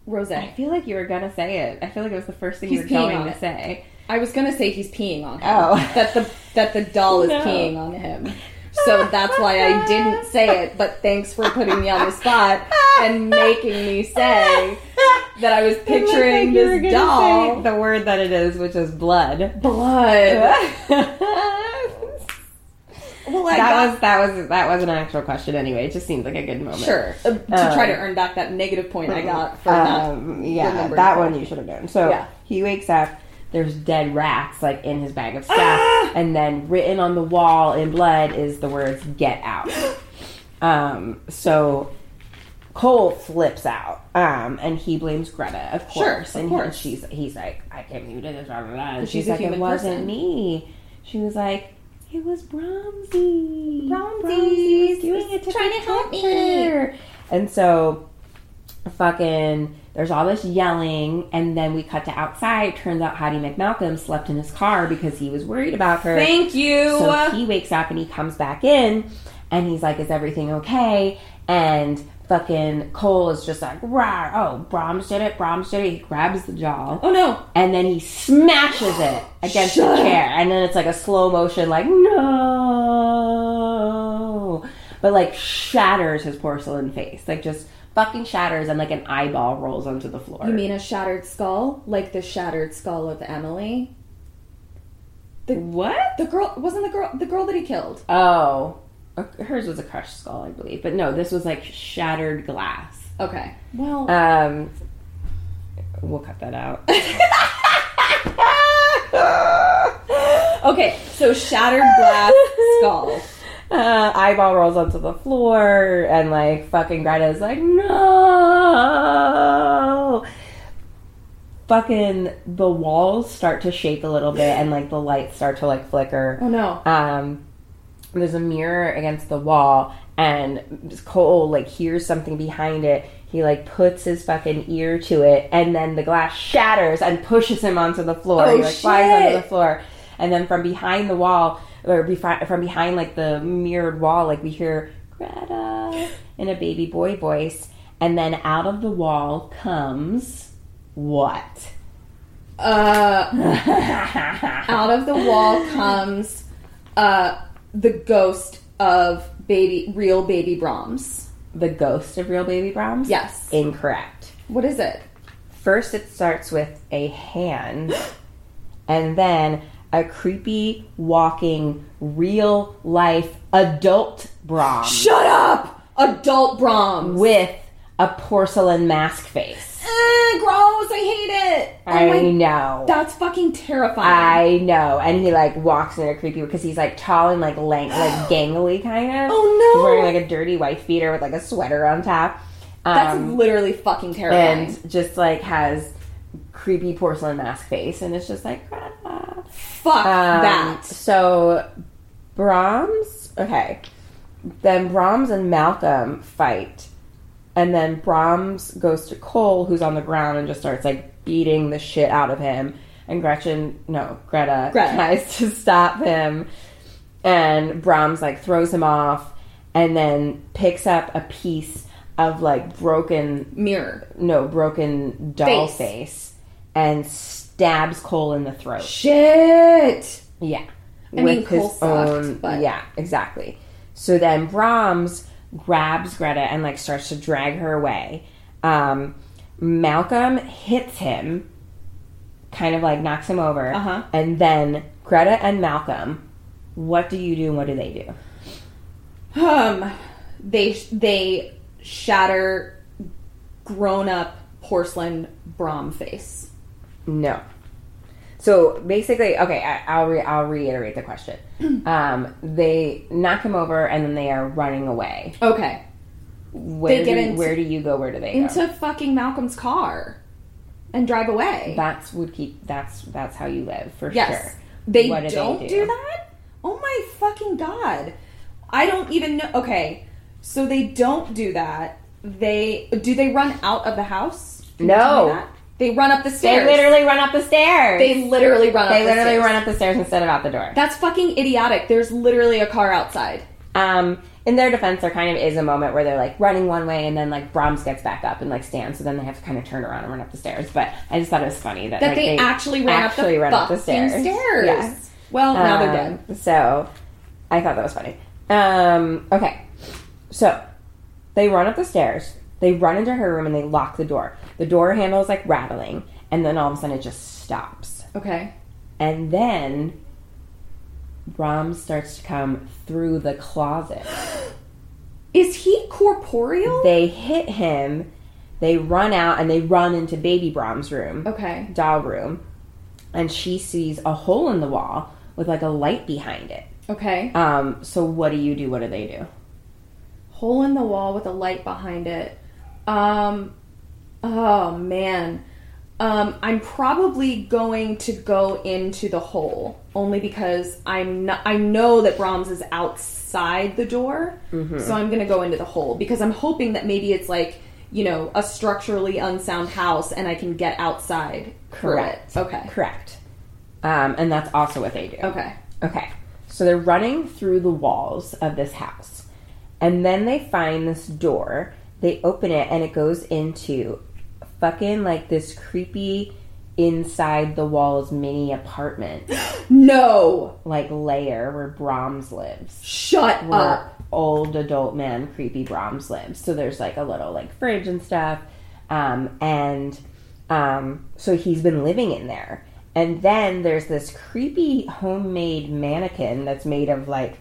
Speaker 5: Rose.
Speaker 4: I feel like you were gonna say it. I feel like it was the first thing
Speaker 5: He's
Speaker 4: you were
Speaker 5: peeing on
Speaker 4: going to
Speaker 5: it.
Speaker 4: say.
Speaker 5: I was gonna say he's peeing on him.
Speaker 4: Oh.
Speaker 5: that the that the doll is
Speaker 4: No.
Speaker 5: peeing on him. So that's why I didn't say it. But thanks for putting me on the spot and making me say that I was
Speaker 4: It looked
Speaker 5: picturing
Speaker 4: like you were
Speaker 5: this
Speaker 4: gonna
Speaker 5: doll.
Speaker 4: say the word that it is, which is blood.
Speaker 5: Blood. Well, I
Speaker 4: that
Speaker 5: got-
Speaker 4: was that was that was an actual question anyway. It just seems like a good moment.
Speaker 5: sure uh, to
Speaker 4: Oh.
Speaker 5: try to earn back that negative point I got for
Speaker 4: Um, yeah,
Speaker 5: remembering
Speaker 4: that
Speaker 5: correctly.
Speaker 4: one you should have known. So
Speaker 5: Yeah.
Speaker 4: he wakes up. There's dead rats like in his bag of stuff,
Speaker 5: Ah!
Speaker 4: and then written on the wall in blood is the words "Get out." um, so Cole flips out, um, and he blames Greta, of
Speaker 5: Sure,
Speaker 4: course.
Speaker 5: of
Speaker 4: and he-
Speaker 5: course.
Speaker 4: she's he's like, "I can't believe you did this." Blah, blah, blah. And
Speaker 5: But
Speaker 4: she's,
Speaker 5: she's a
Speaker 4: like, "It
Speaker 5: human
Speaker 4: wasn't
Speaker 5: person.
Speaker 4: me." She was like, "It was Bromsey.
Speaker 5: Bromsey
Speaker 4: was doing it to
Speaker 5: trying to help
Speaker 4: protect
Speaker 5: me."
Speaker 4: her." And so fucking there's all this yelling and then we cut to outside turns out hattie mcmalcolm slept in his car because he was worried about her
Speaker 5: Thank you.
Speaker 4: so he wakes up and he comes back in and he's like, Is everything okay? And fucking Cole is just like, Rah, oh, Brahms did it, Brahms did it. He grabs the jaw.
Speaker 5: Oh, no.
Speaker 4: And then he smashes it against the chair. And then it's like a slow motion, like, No. But like shatters his porcelain face. Like just fucking shatters and like an eyeball rolls onto the floor.
Speaker 5: You mean a shattered skull, like the shattered skull of Emily?
Speaker 4: what?
Speaker 5: The girl wasn't the girl the girl that he killed.
Speaker 4: Oh. Hers was a crushed skull, I believe. But no, this was like shattered glass.
Speaker 5: Okay. Well,
Speaker 4: Um, we'll cut that out.
Speaker 5: okay. So shattered glass skull.
Speaker 4: Uh, eyeball rolls onto the floor, and like fucking Greta's like, no. Fucking the walls start to shake a little bit, and like the lights start to like flicker.
Speaker 5: Oh no.
Speaker 4: um, there's a mirror against the wall, and Cole like hears something behind it. He like puts his fucking ear to it, and then the glass shatters and pushes him onto the floor.
Speaker 5: Oh,
Speaker 4: he like flies onto
Speaker 5: shit.
Speaker 4: the floor, and then from behind the wall, or befi- from behind like the mirrored wall, like we hear Greta in a baby boy voice, and then out of the wall comes what?
Speaker 5: Uh, out of the wall comes uh the ghost of baby real baby Brahms.
Speaker 4: The ghost of real baby Brahms?
Speaker 5: Yes.
Speaker 4: Incorrect.
Speaker 5: What is it?
Speaker 4: First, it starts with a hand, and then a creepy, walking, real life adult Brom
Speaker 5: Shut up. Adult Brahms.
Speaker 4: with a porcelain mask face.
Speaker 5: Ugh, Eh, gross. I hate it. Oh
Speaker 4: I
Speaker 5: my-
Speaker 4: know.
Speaker 5: That's fucking terrifying.
Speaker 4: I know. And he like walks in a creepy because he's like tall and like lank, like gangly kind of.
Speaker 5: Oh, no.
Speaker 4: He's wearing like a dirty wife beater with like a sweater on top.
Speaker 5: That's
Speaker 4: Um,
Speaker 5: literally fucking terrifying.
Speaker 4: and just like has creepy porcelain mask face, and it's just like. "Grandma."
Speaker 5: Fuck
Speaker 4: Um,
Speaker 5: that.
Speaker 4: So Brahms, okay. Then Brahms and Malcolm fight. And then Brahms goes to Cole, who's on the ground, and just starts like beating the shit out of him. And Gretchen, no, Greta,
Speaker 5: Greta.
Speaker 4: tries to stop him. And Brahms like throws him off and then picks up a piece of like broken
Speaker 5: Mirror.
Speaker 4: no, broken doll
Speaker 5: Face.
Speaker 4: face, and stabs Cole in the throat.
Speaker 5: Shit.
Speaker 4: Yeah.
Speaker 5: I mean, Cole sucked, but-
Speaker 4: Yeah, exactly. So then Brahms grabs Greta and like starts to drag her away. Um, Malcolm hits him, kind of like knocks him over.
Speaker 5: Uh-huh.
Speaker 4: And then Greta and Malcolm, what do you do and what do they do?
Speaker 5: Um, they they shatter grown up porcelain Brom face.
Speaker 4: No. So basically, okay, I, I'll re- I'll reiterate the question. um, they knock him over and then they are running away.
Speaker 5: Okay,
Speaker 4: Where
Speaker 5: get
Speaker 4: do,
Speaker 5: into-
Speaker 4: where do you go? Where do they go?
Speaker 5: into fucking Malcolm's car and drive away.
Speaker 4: That's would keep. That's that's how you live for
Speaker 5: yes,
Speaker 4: sure.
Speaker 5: they
Speaker 4: What do they
Speaker 5: don't do
Speaker 4: do?
Speaker 5: that. Oh my fucking god! I don't even know. Okay, so they don't do that. They do they run out of the house? Can you tell me
Speaker 4: No.
Speaker 5: that? they run up the
Speaker 4: They
Speaker 5: stairs.
Speaker 4: literally run up the stairs.
Speaker 5: they literally run.
Speaker 4: They
Speaker 5: up the
Speaker 4: literally
Speaker 5: stairs.
Speaker 4: run up the stairs instead of out the door.
Speaker 5: That's fucking idiotic. There's literally a car outside.
Speaker 4: Um, in their defense, there kind of is a moment where they're like running one way, and then like Brahms gets back up and like stands, so then they have to kind of turn around and run up the stairs. But I just thought it was funny that
Speaker 5: That
Speaker 4: like,
Speaker 5: they, actually ran
Speaker 4: actually
Speaker 5: up the
Speaker 4: ran up the
Speaker 5: fucking
Speaker 4: stairs.
Speaker 5: stairs.
Speaker 4: Yeah.
Speaker 5: Well, now they're dead.
Speaker 4: Um, So I thought that was funny. Um, okay. So they run up the stairs, they run into her room, and they lock the door. The door handle is like rattling, and then all of a sudden it just stops.
Speaker 5: Okay.
Speaker 4: And then Brahms starts to come through the closet.
Speaker 5: Is he corporeal?
Speaker 4: They hit him, they run out, and they run into baby Brahms' room.
Speaker 5: okay.
Speaker 4: doll room and she sees a hole in the wall with like a light behind it.
Speaker 5: Okay.
Speaker 4: Um, so what do you do? What do they do?
Speaker 5: Hole in the wall with a light behind it. Um oh man. Um I'm probably going to go into the hole only because I'm not, I know that Brahms is outside the door. So I'm going to go into the hole because I'm hoping that maybe it's like, you know, a structurally unsound house and I can get outside. through it.
Speaker 4: Correct.
Speaker 5: Okay.
Speaker 4: Correct. Um, and that's also what they do.
Speaker 5: Okay.
Speaker 4: Okay. So they're running through the walls of this house. And then they find this door. They open it and it goes into fucking like this creepy inside the walls mini apartment
Speaker 5: No.
Speaker 4: like layer where Brahms lives.
Speaker 5: Shut
Speaker 4: where
Speaker 5: up.
Speaker 4: old adult man creepy Brahms lives. So there's like a little like fridge and stuff. Um, and um, so he's been living in there. And then there's this creepy homemade mannequin that's made of like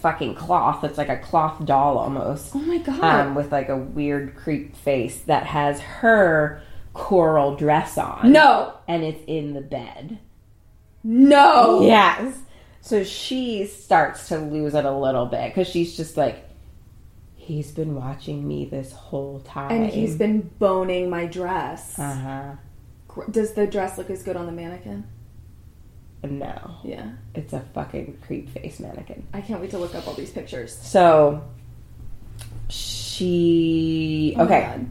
Speaker 4: fucking cloth. It's like a cloth doll almost.
Speaker 5: Oh my god.
Speaker 4: Um, with like a weird creep face that has her coral dress on.
Speaker 5: no.
Speaker 4: And it's in the bed.
Speaker 5: No.
Speaker 4: Yes. So she starts to lose it a little bit because she's just like, he's been watching me this whole time.
Speaker 5: And he's been boning my dress.
Speaker 4: Uh huh.
Speaker 5: Gr- Does the dress look as good on the mannequin?
Speaker 4: No,
Speaker 5: Yeah.
Speaker 4: it's a fucking creep face mannequin.
Speaker 5: I can't wait to look up all these pictures.
Speaker 4: So she.
Speaker 5: Oh my
Speaker 4: okay.
Speaker 5: God.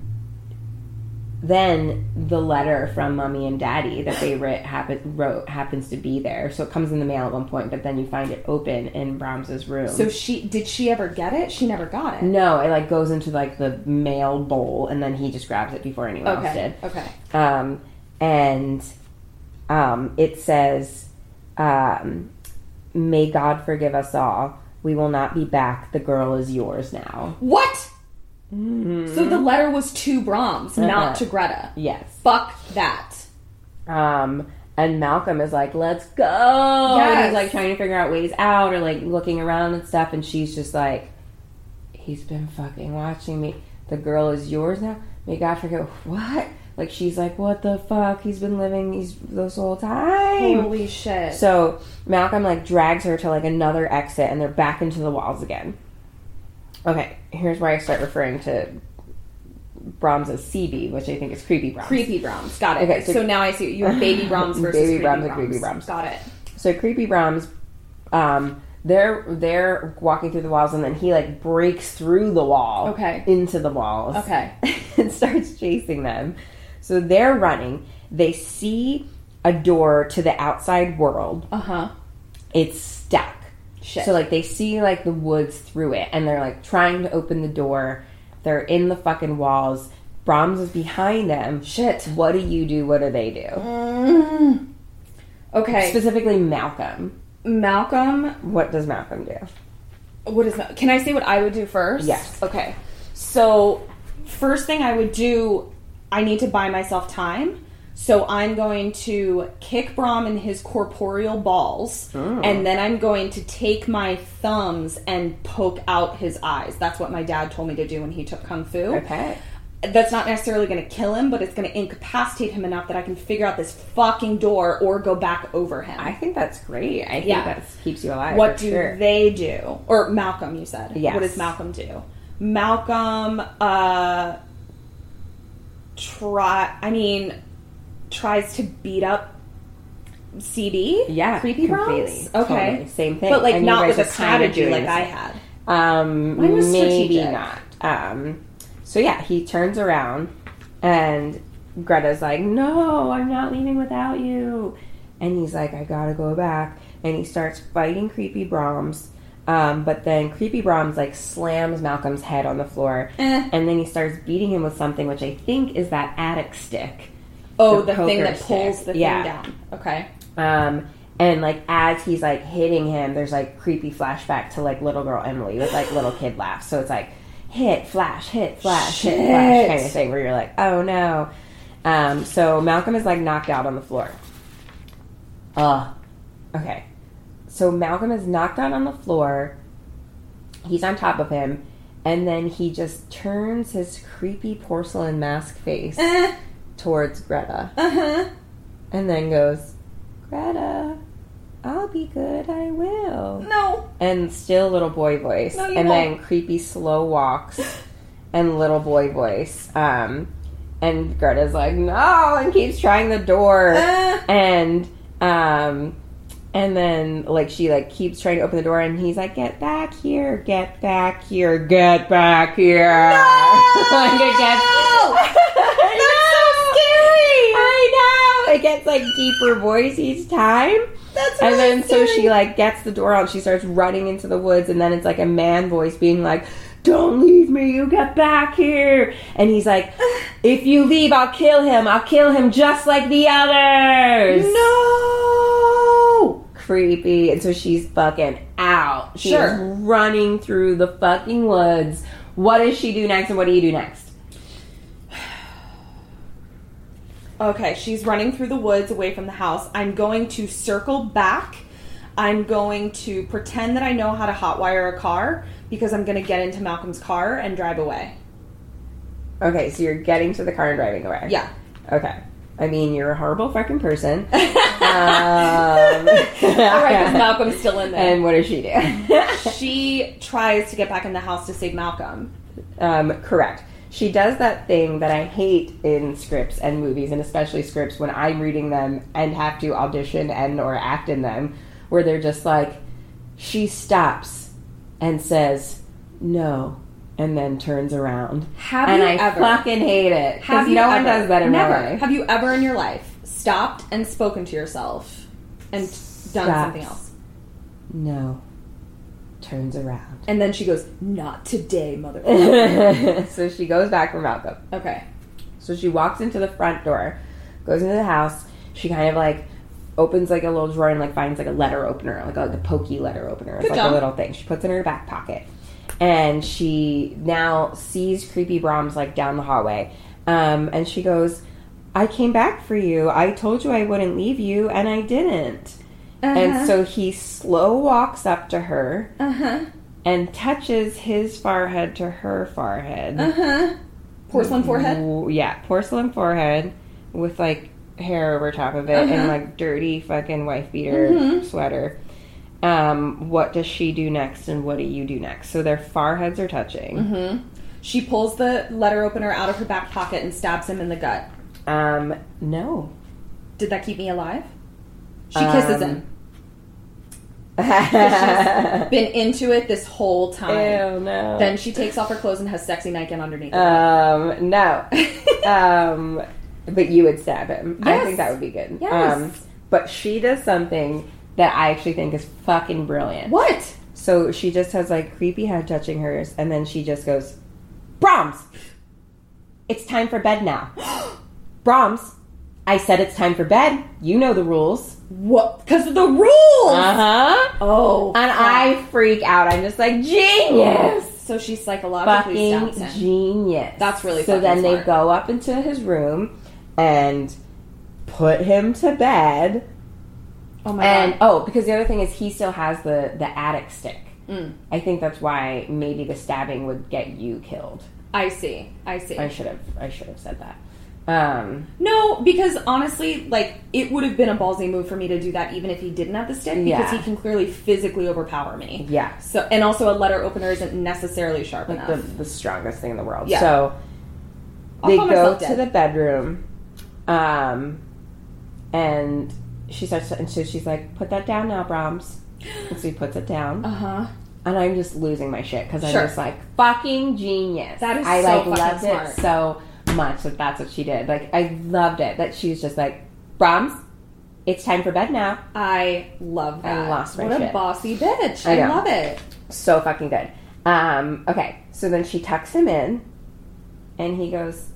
Speaker 4: Then the letter from mommy and daddy that they writ, happen, wrote happens to be there. So it comes in the mail at one point, but then you find it open in Brahms's room.
Speaker 5: So she did she ever get it? She never got it.
Speaker 4: no, it like goes into like the mail bowl, and then he just grabs it before anyone else did.
Speaker 5: Okay. Okay.
Speaker 4: um, and um, it says, um, "May God forgive us all. We will not be back. The girl is yours now."
Speaker 5: What? So the letter was to Brahms,
Speaker 4: Mm-hmm. Uh-huh.
Speaker 5: not to Greta.
Speaker 4: Yes.
Speaker 5: Fuck that.
Speaker 4: Um, and Malcolm is like, "Let's go!" And he's
Speaker 5: Yes.
Speaker 4: like trying to figure out ways out or like looking around and stuff. And she's just like, "He's been fucking watching me. The girl is yours now. May God forgive what." Like she's like, what the fuck? He's been living these this whole time.
Speaker 5: Holy shit.
Speaker 4: So Malcolm like drags her to like another exit and they're back into the walls again. Okay, here's where I start referring to Brahms as CB, which I think is creepy Brahms.
Speaker 5: creepy Brahms. Got it.
Speaker 4: Okay, so-
Speaker 5: so, now I see you have baby Brahms versus
Speaker 4: Baby
Speaker 5: creepy
Speaker 4: Brahms
Speaker 5: Brahms,
Speaker 4: and creepy Brahms.
Speaker 5: Got it.
Speaker 4: So creepy Brahms, um, they're they're walking through the walls and then he like breaks through the wall,
Speaker 5: Okay.
Speaker 4: into the walls,
Speaker 5: Okay.
Speaker 4: and starts chasing them. So they're running. They see a door to the outside world.
Speaker 5: Uh huh.
Speaker 4: It's stuck.
Speaker 5: Shit.
Speaker 4: So like they see like the woods through it, and they're like trying to open the door. They're in the fucking walls. Brahms is behind them. Shit. What do you do? What do they
Speaker 5: Mm.
Speaker 4: do?
Speaker 5: okay.
Speaker 4: Specifically, Malcolm.
Speaker 5: Malcolm
Speaker 4: What does Malcolm do?
Speaker 5: what is that? Can I say what I would do first?
Speaker 4: Yes.
Speaker 5: Okay. So, first thing I would do, I need to buy myself time. So I'm going to kick Brom in his corporeal balls,
Speaker 4: Oh.
Speaker 5: and then I'm going to take my thumbs and poke out his eyes. That's what my dad told me to do when he took kung fu.
Speaker 4: Okay.
Speaker 5: That's not necessarily going to kill him, but it's going to incapacitate him enough that I can figure out this fucking door or go back over him.
Speaker 4: I think that's great. I think
Speaker 5: Yeah.
Speaker 4: that keeps you alive.
Speaker 5: What
Speaker 4: for
Speaker 5: do
Speaker 4: sure.
Speaker 5: they do? Or Malcolm, you said.
Speaker 4: Yes.
Speaker 5: What does Malcolm do? Malcolm, uh, try, I mean, tries to beat up CD?
Speaker 4: Yeah,
Speaker 5: creepy
Speaker 4: completely.
Speaker 5: Brahms. Okay,
Speaker 4: Totally. Same thing.
Speaker 5: but like
Speaker 4: And you
Speaker 5: not
Speaker 4: guys
Speaker 5: with a
Speaker 4: just kinda
Speaker 5: strategy
Speaker 4: doing
Speaker 5: like
Speaker 4: this.
Speaker 5: I had.
Speaker 4: Um,
Speaker 5: Mine was
Speaker 4: maybe
Speaker 5: strategic.
Speaker 4: not. Um, so yeah, he turns around, and Greta's like, "No, I'm not leaving without you." And he's like, "I gotta go back." And he starts fighting creepy Brahms. Um, but then creepy Brahms like slams Malcolm's head on the floor,
Speaker 5: Eh.
Speaker 4: and then he starts beating him with something, which I think is that attic stick.
Speaker 5: Oh,
Speaker 4: The
Speaker 5: the, thing
Speaker 4: poker
Speaker 5: that pulls
Speaker 4: stick.
Speaker 5: the
Speaker 4: Yeah.
Speaker 5: thing down. Okay.
Speaker 4: Um, and like as he's like hitting him, there's like creepy flashback to like little girl Emily with like little kid laughs. So it's like hit, flash, hit, flash, hit, flash kind of thing where you're like, oh no. Um, so Malcolm is like knocked out on the floor. Ugh. Okay. So Malcolm is knocked out on the floor. He's on top of him. And then he just turns his creepy porcelain mask face towards Greta. And then goes, Greta, I'll be good, I will.
Speaker 5: No.
Speaker 4: And still little boy voice.
Speaker 5: No, you
Speaker 4: and
Speaker 5: won't.
Speaker 4: then creepy slow walks and little boy voice. Um, and Greta's like, no, and keeps trying the door.
Speaker 5: Uh.
Speaker 4: And, um, and then like she like keeps trying to open the door and he's like, get back here, get back here, get back here. like it gets, I know. It gets like deeper voice each time. That's and then so she like gets the door out. She starts running into the woods, and then it's like a man voice being like, "Don't leave me. You get back here." And he's like, "If you leave, I'll kill him. I'll kill him just like the others." No. Creepy. And so she's fucking out. She's
Speaker 5: Sure.
Speaker 4: running through the fucking woods. What does she do next? And what do you do next?
Speaker 5: Okay, she's running through the woods away from the house. I'm going to circle back. I'm going to pretend that I know how to hotwire a car because I'm going to get into Malcolm's car and drive away.
Speaker 4: Okay, so you're getting to the car and driving away.
Speaker 5: Yeah.
Speaker 4: Okay. I mean, you're a horrible fucking person.
Speaker 5: All right, because Malcolm's still in there.
Speaker 4: and what does she do?
Speaker 5: she tries to get back in the house to save Malcolm.
Speaker 4: um, correct. She does that thing that I hate in scripts and movies, and especially scripts when I'm reading them and have to audition and or act in them, where they're just like, she stops and says no, and then turns around.
Speaker 5: Have
Speaker 4: and
Speaker 5: you
Speaker 4: I
Speaker 5: ever-
Speaker 4: fucking hate it because
Speaker 5: Have you
Speaker 4: no one
Speaker 5: ever-
Speaker 4: does that in
Speaker 5: never.
Speaker 4: real life.
Speaker 5: Have you ever in your life stopped and spoken to yourself and done
Speaker 4: Stops.
Speaker 5: something else?
Speaker 4: no, turns around.
Speaker 5: And then she goes, "Not today, motherfucker."
Speaker 4: so she goes back for Malcolm.
Speaker 5: okay.
Speaker 4: So she walks into the front door, goes into the house. She kind of like opens like a little drawer and like finds like a letter opener, like a, like a pokey letter opener. It's
Speaker 5: Good
Speaker 4: like
Speaker 5: job.
Speaker 4: a little thing. She puts it in her back pocket, and she now sees creepy Brahms like down the hallway, um, and she goes, "I came back for you. I told you I wouldn't leave you, and I didn't."
Speaker 5: Uh-huh.
Speaker 4: And so he slow walks up to her and touches his forehead to her forehead.
Speaker 5: Uh-huh. Porcelain forehead.
Speaker 4: W- Yeah, porcelain forehead with like hair over top of it and like dirty fucking wife beater sweater. Um, what does she do next and what do you do next? So their foreheads are touching.
Speaker 5: She pulls the letter opener out of her back pocket and stabs him in the gut.
Speaker 4: Um, no.
Speaker 5: Did that keep me alive? She kisses him.
Speaker 4: Um.
Speaker 5: Been into it this whole time.
Speaker 4: no.
Speaker 5: Then she takes off her clothes and has sexy nightgown underneath. her.
Speaker 4: um, no. um, but you would stab him. I
Speaker 5: Yes.
Speaker 4: think that would be good.
Speaker 5: Yes.
Speaker 4: Um, but she does something that I actually think is fucking brilliant.
Speaker 5: what?
Speaker 4: So she just has like creepy head touching hers, and then she just goes, Brahms, it's time for bed now. Brahms, I said it's time for bed. You know the rules.
Speaker 5: What? Because of the rules.
Speaker 4: Uh huh.
Speaker 5: oh.
Speaker 4: And I freak out. I'm just like, genius!
Speaker 5: So she psychologically
Speaker 4: Fucking
Speaker 5: stabs him.
Speaker 4: genius.
Speaker 5: That's really
Speaker 4: So
Speaker 5: fucking
Speaker 4: then they
Speaker 5: smart.
Speaker 4: go up into his room and put him to bed.
Speaker 5: oh my
Speaker 4: And
Speaker 5: god.
Speaker 4: oh, because the other thing is he still has the the attic stick.
Speaker 5: Mm.
Speaker 4: I think that's why maybe the stabbing would get you killed.
Speaker 5: I see. I see.
Speaker 4: I should have I should have said that. Um,
Speaker 5: No, because honestly, like it would have been a ballsy move for me to do that, even if he didn't have the stick, because
Speaker 4: Yeah.
Speaker 5: he can clearly physically overpower me.
Speaker 4: yeah,
Speaker 5: So, and also a letter opener isn't necessarily sharp
Speaker 4: like the,
Speaker 5: enough.
Speaker 4: the strongest thing in the world.
Speaker 5: Yeah.
Speaker 4: So
Speaker 5: I'll
Speaker 4: they
Speaker 5: call
Speaker 4: go
Speaker 5: myself
Speaker 4: to
Speaker 5: dead.
Speaker 4: the bedroom, um, and she starts to, and so she's like, "Put that down now, Brahms." And so he puts it
Speaker 5: Uh-huh.
Speaker 4: down. Uh huh. And I'm just losing my shit because I'm
Speaker 5: Sure.
Speaker 4: just like fucking genius.
Speaker 5: That is
Speaker 4: I
Speaker 5: so
Speaker 4: like
Speaker 5: fucking
Speaker 4: loved
Speaker 5: smart.
Speaker 4: it so much that that's what she did. Like I loved it that she's just like Brahms. It's time for bed now.
Speaker 5: I love
Speaker 4: I
Speaker 5: that.
Speaker 4: lost my
Speaker 5: What a
Speaker 4: shit.
Speaker 5: bossy bitch.
Speaker 4: I
Speaker 5: I,
Speaker 4: know.
Speaker 5: love it.
Speaker 4: So fucking good. Um, okay, so then she tucks him in, and he goes,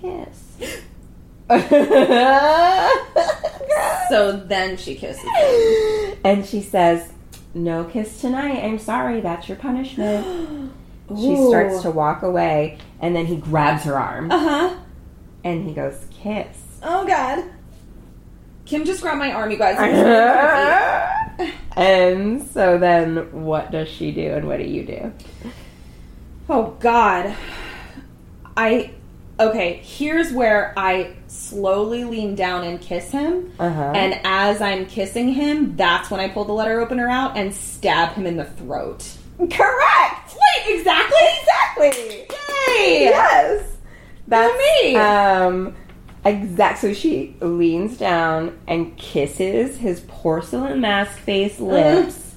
Speaker 4: kiss.
Speaker 5: So then she kisses.
Speaker 4: and she says, no kiss tonight. I'm sorry. That's your punishment. she starts to walk away, and then he grabs her arm,
Speaker 5: Uh huh.
Speaker 4: and he goes, kiss.
Speaker 5: Oh god. Kim just grabbed my arm, you guys.
Speaker 4: and so then what does she do, and what do you do?
Speaker 5: Oh god. I okay, here's where I slowly lean down and kiss him.
Speaker 4: Uh-huh.
Speaker 5: And as I'm kissing him, that's when I pull the letter opener out and stab him in the throat.
Speaker 4: Correct!
Speaker 5: Wait, exactly?
Speaker 4: Exactly!
Speaker 5: Yay!
Speaker 4: Yes. That's
Speaker 5: me.
Speaker 4: Um exact so she leans down and kisses his porcelain mask face lips.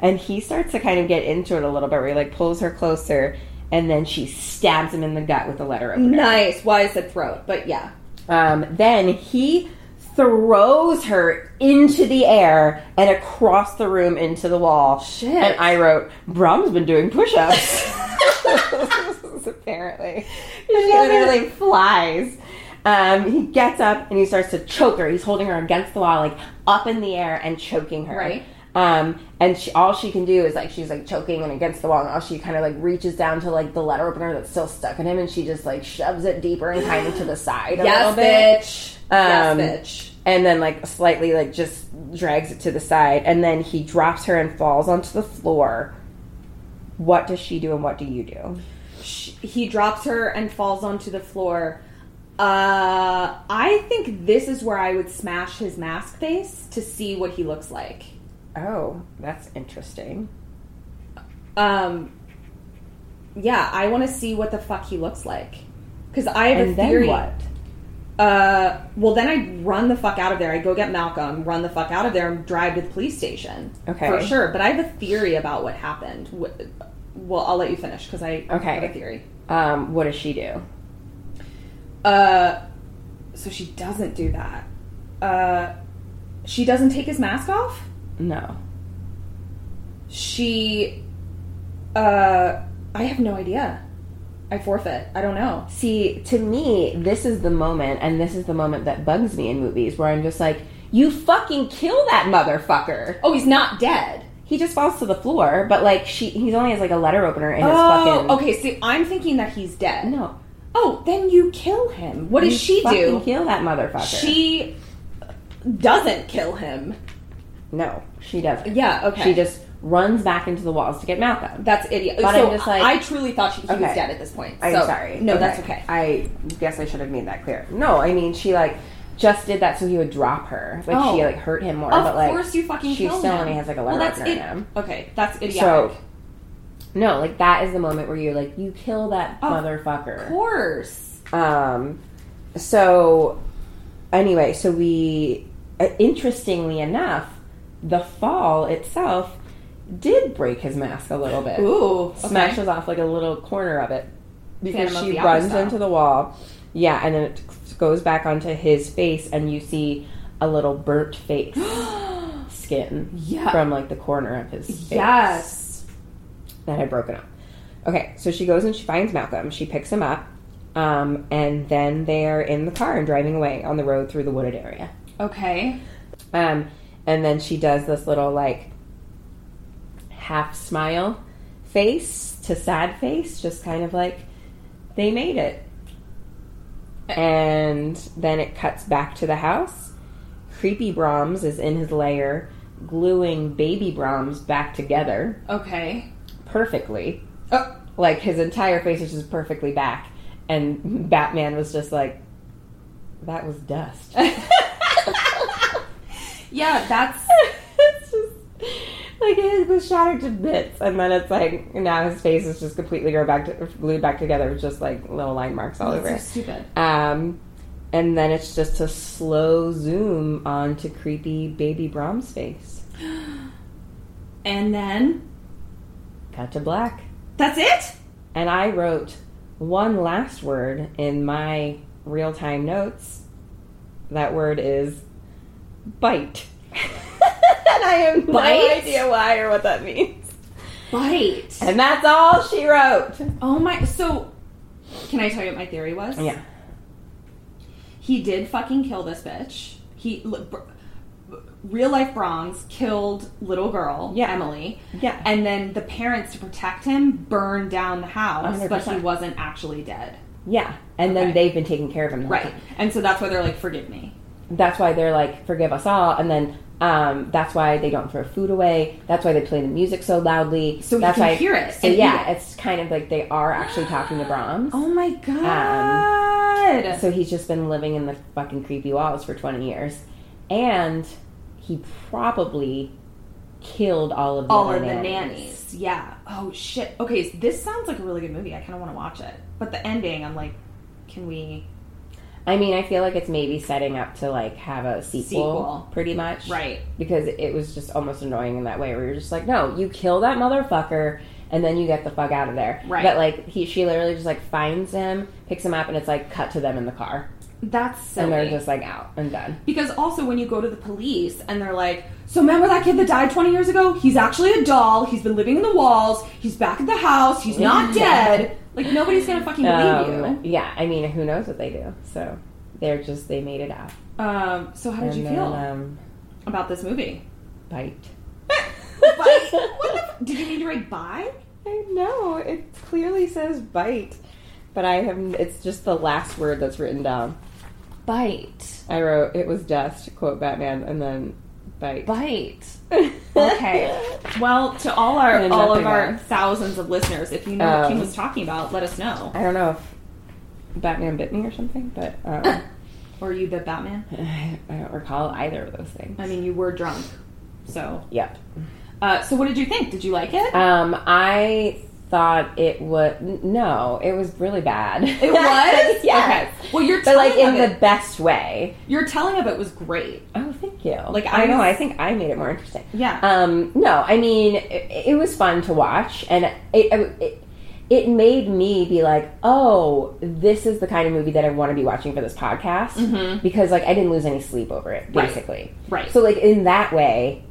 Speaker 4: and he starts to kind of get into it a little bit where he like pulls her closer and then she stabs him in the gut with the letter opener.
Speaker 5: Nice. Why I said throat, but yeah.
Speaker 4: Um, then he throws her into the air and across the room into the wall. Shit. And I wrote, Brahm's been doing push ups. Apparently. She literally flies. Um, he gets up and he starts to choke her. He's holding her against the wall, like up in the air and choking her.
Speaker 5: Right.
Speaker 4: Um, and she, all she can do is like she's like choking and against the wall, and all she kind of like reaches down to like the letter opener that's still stuck in him, and she just like shoves it deeper and kind of to the side a little
Speaker 5: Yes,
Speaker 4: bit
Speaker 5: bitch. yes,
Speaker 4: Um,
Speaker 5: bitch.
Speaker 4: and then like slightly like just drags it to the side and then he drops her and falls onto the floor what does she do and what do you do
Speaker 5: Sh he drops her and falls onto the floor. Uh, I think this is where I would smash his mask face to see what he looks like.
Speaker 4: oh that's interesting
Speaker 5: Um, yeah, I want to see what the fuck he looks like because I have a
Speaker 4: and
Speaker 5: theory.
Speaker 4: then what
Speaker 5: Uh, well, then I run the fuck out of there. I go get Malcolm, run the fuck out of there, and drive to the police station.
Speaker 4: Okay.
Speaker 5: for sure. But I have a theory about what happened. Wh- Well, I'll let you finish because I
Speaker 4: Okay.
Speaker 5: have a theory.
Speaker 4: um what does she do
Speaker 5: Uh, so she doesn't do that. Uh, she doesn't take his mask off.
Speaker 4: no
Speaker 5: She, uh, I have no idea. I forfeit. I don't know.
Speaker 4: see to me this is the moment and this is the moment that bugs me in movies where i'm just like you fucking kill that motherfucker
Speaker 5: Oh, he's not dead.
Speaker 4: he just falls to the floor but like she he only has like a letter opener in his
Speaker 5: Oh,
Speaker 4: fucking
Speaker 5: okay. See, I'm thinking that he's dead.
Speaker 4: no
Speaker 5: Oh, then you kill him. What does
Speaker 4: You
Speaker 5: she
Speaker 4: fucking
Speaker 5: do?
Speaker 4: kill that motherfucker
Speaker 5: She doesn't kill him.
Speaker 4: No, she doesn't.
Speaker 5: Yeah. Okay.
Speaker 4: She just runs back into the walls to get Malcolm.
Speaker 5: That's idiot.
Speaker 4: But
Speaker 5: so
Speaker 4: I'm just like-
Speaker 5: I truly thought she, he was
Speaker 4: Okay.
Speaker 5: dead at this point.
Speaker 4: I'm
Speaker 5: So,
Speaker 4: sorry.
Speaker 5: No, that's okay.
Speaker 4: I guess I should have made that clear. No, I mean she like just did that so he would drop her. Like
Speaker 5: Oh.
Speaker 4: she like hurt him more.
Speaker 5: Of
Speaker 4: but like
Speaker 5: course, you fucking
Speaker 4: she
Speaker 5: kill
Speaker 4: still
Speaker 5: him.
Speaker 4: only has like a
Speaker 5: well,
Speaker 4: letter
Speaker 5: that's
Speaker 4: opener in
Speaker 5: it-
Speaker 4: him.
Speaker 5: Okay, that's idiotic.
Speaker 4: So no, like that is the moment where you're like, you kill that motherfucker.
Speaker 5: of course.
Speaker 4: Um, so anyway, so we uh, interestingly enough, the fall itself did break his mask a little bit.
Speaker 5: Ooh.
Speaker 4: smashes off like a little corner of it because
Speaker 5: Phantom of
Speaker 4: she
Speaker 5: the Opera
Speaker 4: runs
Speaker 5: style.
Speaker 4: into the wall. Yeah, and then it goes back onto his face, and you see a little burnt face skin
Speaker 5: Yeah.
Speaker 4: from like the corner of his face
Speaker 5: Yes.
Speaker 4: that had broken up. Okay, so she goes and she finds Malcolm. She picks him up, um, and then they are in the car and driving away on the road through the wooded area.
Speaker 5: Okay.
Speaker 4: Um, and then she does this little like half smile face to sad face, just kind of like they made it. And then it cuts back to the house. Creepy Brahms is in his lair, gluing baby Brahms back together
Speaker 5: Okay.
Speaker 4: perfectly.
Speaker 5: Oh.
Speaker 4: Like his entire face is just perfectly back. And Batman was just like, that was dust.
Speaker 5: Yeah, that's
Speaker 4: it's just like it was shattered to bits, and then it's like now his face is just completely glued back, to, glued back together with just like little line marks all over
Speaker 5: so
Speaker 4: it.
Speaker 5: stupid.
Speaker 4: Um, and then it's just a slow zoom onto creepy baby Brahms face.
Speaker 5: And then
Speaker 4: Cut to black.
Speaker 5: that's it.
Speaker 4: And I wrote one last word in my real time notes. That word is bite. and I have no
Speaker 5: Bite?
Speaker 4: idea why or what that means.
Speaker 5: Bite.
Speaker 4: And that's all she wrote.
Speaker 5: Oh my. So, can I tell you what my theory was?
Speaker 4: Yeah.
Speaker 5: He did fucking kill this bitch. He l- br- real life Bronze killed little girl
Speaker 4: Yeah.
Speaker 5: Emily.
Speaker 4: Yeah.
Speaker 5: And then the parents to protect him burned down the house, but he
Speaker 4: 100%.
Speaker 5: wasn't actually dead.
Speaker 4: Yeah. And then
Speaker 5: Okay.
Speaker 4: they've been taking care of him. the whole
Speaker 5: Right.
Speaker 4: time.
Speaker 5: And so that's why they're like, forgive me.
Speaker 4: That's why they're like, forgive us all. And then um, that's why they don't throw food away. That's why they play the music so loudly.
Speaker 5: So he
Speaker 4: that's
Speaker 5: can
Speaker 4: why,
Speaker 5: hear it
Speaker 4: So
Speaker 5: and eat
Speaker 4: yeah,
Speaker 5: it.
Speaker 4: it's kind of like they are actually talking to Brahms.
Speaker 5: Oh my god.
Speaker 4: So he's just been living in the fucking creepy walls for 20 years. And he probably killed all of the
Speaker 5: all
Speaker 4: other
Speaker 5: of the
Speaker 4: nannies.
Speaker 5: nannies. Yeah. Oh shit. Okay, so this sounds like a really good movie. I kind of want to watch it. But the ending, I'm like, can we?
Speaker 4: I mean, I feel like it's maybe setting up to like have a sequel,
Speaker 5: Sequel.
Speaker 4: pretty much.
Speaker 5: Right.
Speaker 4: Because it was just almost annoying in that way where you're just like, no, you kill that motherfucker and then you get the fuck out of there.
Speaker 5: Right.
Speaker 4: But like he she literally just like finds him, picks him up and it's like cut to them in the car.
Speaker 5: That's
Speaker 4: And they're
Speaker 5: silly.
Speaker 4: just like out and done.
Speaker 5: because also when you go to the police and they're like, so remember that kid that died 20 years ago? He's actually a doll. He's been living in the walls. He's back at the house. He's not dead. Like nobody's gonna fucking believe
Speaker 4: Um, yeah, I mean, who knows what they do. So they're just they made it out.
Speaker 5: you. Um, so how did you
Speaker 4: and
Speaker 5: feel
Speaker 4: then, um,
Speaker 5: about this movie?
Speaker 4: bite.
Speaker 5: Bite. what the? F- did you need to write bye?
Speaker 4: I know it clearly says bite, but I have it's just the last word that's written down.
Speaker 5: Bite.
Speaker 4: I wrote it was dust quote Batman and then bite.
Speaker 5: Bite. Okay. Well, to all our
Speaker 4: And
Speaker 5: all of
Speaker 4: nothing
Speaker 5: our
Speaker 4: else.
Speaker 5: thousands of listeners, if you know what
Speaker 4: Um,
Speaker 5: Kim was talking about, let us know.
Speaker 4: I don't know if Batman bit me or something, but um,
Speaker 5: Or you bit Batman.
Speaker 4: I don't recall either of those things.
Speaker 5: I mean, you were drunk, so.
Speaker 4: Yep.
Speaker 5: Uh, so, what did you think? Did you like it?
Speaker 4: Um, I thought it would no, it was really bad.
Speaker 5: It was.
Speaker 4: yes.
Speaker 5: Okay. Well, you're
Speaker 4: But like
Speaker 5: telling
Speaker 4: in
Speaker 5: of
Speaker 4: the
Speaker 5: it.
Speaker 4: best way.
Speaker 5: Your telling of it was great.
Speaker 4: Oh, thank you.
Speaker 5: Like,
Speaker 4: Like I,
Speaker 5: I
Speaker 4: know,
Speaker 5: was-
Speaker 4: I think I made it more interesting.
Speaker 5: Yeah.
Speaker 4: Um. No, I mean, it, it was fun to watch, and it, it it made me be like, oh, this is the kind of movie that I want to be watching for this podcast because like I didn't lose any sleep over it,
Speaker 5: Mm-hmm. Right.
Speaker 4: basically.
Speaker 5: Right.
Speaker 4: So like in that way,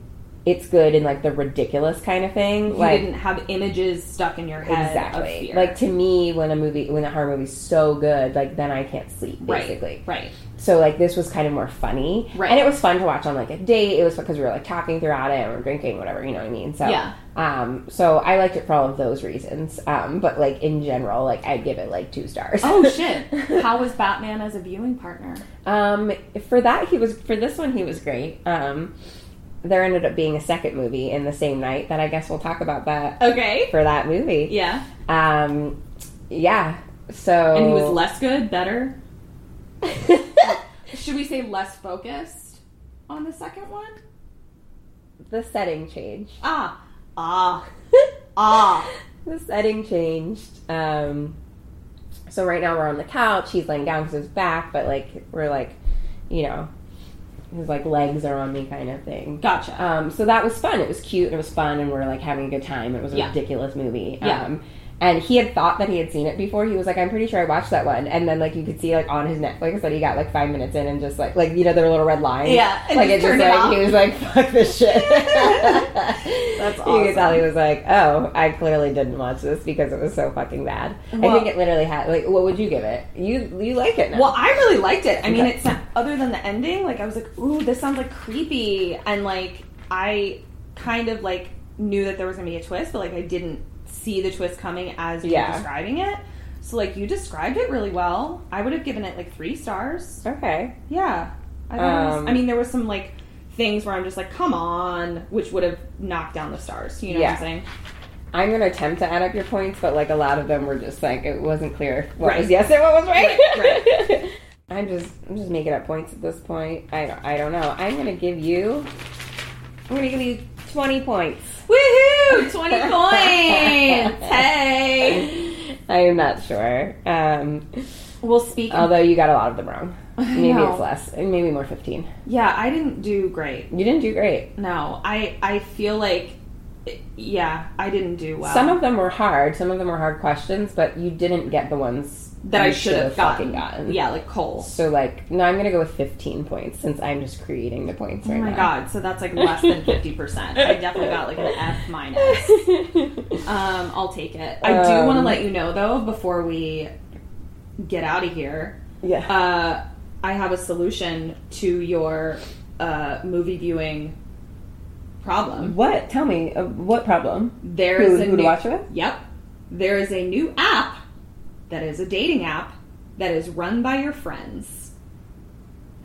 Speaker 4: it's good in like the ridiculous kind of thing.
Speaker 5: You
Speaker 4: like
Speaker 5: didn't have images stuck in your head. Of
Speaker 4: exactly.
Speaker 5: fear.
Speaker 4: Like to me, when a movie, when a horror movie's so good, like then I can't sleep,
Speaker 5: right,
Speaker 4: basically.
Speaker 5: right.
Speaker 4: So like this was kind of more funny,
Speaker 5: Right.
Speaker 4: and it was fun to watch on like a date. It was because we were like talking throughout it and we were drinking, whatever you know what I mean. So
Speaker 5: Yeah.
Speaker 4: um, so I liked it for all of those reasons. Um, but like in general, like I'd give it like two stars.
Speaker 5: Oh shit! How was Batman as a viewing partner?
Speaker 4: Um, for that he was for this one he was great. Um, there ended up being a second movie in the same night that I guess we'll talk about that
Speaker 5: Okay.
Speaker 4: for that movie.
Speaker 5: Yeah.
Speaker 4: Um, yeah. So
Speaker 5: And he was less good, better. Should we say less focused on the second one?
Speaker 4: the setting changed.
Speaker 5: Ah, ah, ah.
Speaker 4: the setting changed. Um, so right now we're on the couch. He's laying down because his back, but like we're like, you know, his like legs are on me kind of thing.
Speaker 5: Gotcha.
Speaker 4: Um, so that was fun. It was cute and it was fun, and we are like having a good time. It was a
Speaker 5: Yeah.
Speaker 4: ridiculous movie.
Speaker 5: Yeah.
Speaker 4: Um, and he had thought that he had seen it before. He was like, "I'm pretty sure I watched that one." And then like you could see like on his Netflix that he got like five minutes in and just like like you know their little red line.
Speaker 5: Yeah, and
Speaker 4: Like it
Speaker 5: just
Speaker 4: just
Speaker 5: turned it
Speaker 4: like
Speaker 5: off.
Speaker 4: he was like, "Fuck this shit." That's You
Speaker 5: awesome.
Speaker 4: could tell he was like, "Oh, I clearly didn't watch this because it was so fucking bad." I
Speaker 5: Well-
Speaker 4: think it literally had like, what would you give it? You you like it now?
Speaker 5: Well, I really liked it. I mean,
Speaker 4: Okay.
Speaker 5: it's other than the ending, like I was like, ooh, this sounds like creepy, and like I kind of like knew that there was gonna be a twist, but like I didn't see the twist coming as you were
Speaker 4: Yeah.
Speaker 5: describing it. So like you described it really well. I would have given it like three stars.
Speaker 4: okay.
Speaker 5: Yeah, I, thought it was-
Speaker 4: Um,
Speaker 5: I mean, there was some like things where I'm just like, come on, which would have knocked down the stars. You know what
Speaker 4: Yeah.
Speaker 5: I'm saying?
Speaker 4: I'm gonna attempt to add up your points, but like a lot of them were just like it wasn't clear what
Speaker 5: Right.
Speaker 4: was yes and what was right.
Speaker 5: Right,
Speaker 4: I'm just I'm just making up points at this point. I don't, I don't know. I'm gonna give you I'm gonna give you 20 points.
Speaker 5: Woohoo! Twenty points. Hey.
Speaker 4: I am not sure. Um,
Speaker 5: Well, speak.
Speaker 4: Although you got a lot of them wrong. Maybe
Speaker 5: know.
Speaker 4: it's less, and maybe more fifteen.
Speaker 5: yeah, I didn't do great.
Speaker 4: You didn't do great.
Speaker 5: No, I I feel like, yeah, I didn't do well.
Speaker 4: Some of them were hard. Some of them were hard questions, but you didn't get the ones
Speaker 5: that I
Speaker 4: you
Speaker 5: should have
Speaker 4: should've
Speaker 5: gotten.
Speaker 4: fucking gotten.
Speaker 5: Yeah, like coal.
Speaker 4: So like, no, I'm gonna go with fifteen points since I'm just creating the points
Speaker 5: Oh
Speaker 4: right
Speaker 5: my
Speaker 4: now.
Speaker 5: god, so that's like less than 50%. I definitely got like an F minus. Um, I'll take it. I do want to
Speaker 4: Um,
Speaker 5: let you know though, before we get out of here,
Speaker 4: yeah.
Speaker 5: uh, I have a solution to your uh, movie viewing problem.
Speaker 4: what? Tell me uh, what problem?
Speaker 5: There
Speaker 4: Who-
Speaker 5: is a
Speaker 4: who to
Speaker 5: new,
Speaker 4: watch it with?
Speaker 5: Yep. There is a new app that is a dating app that is run by your friends.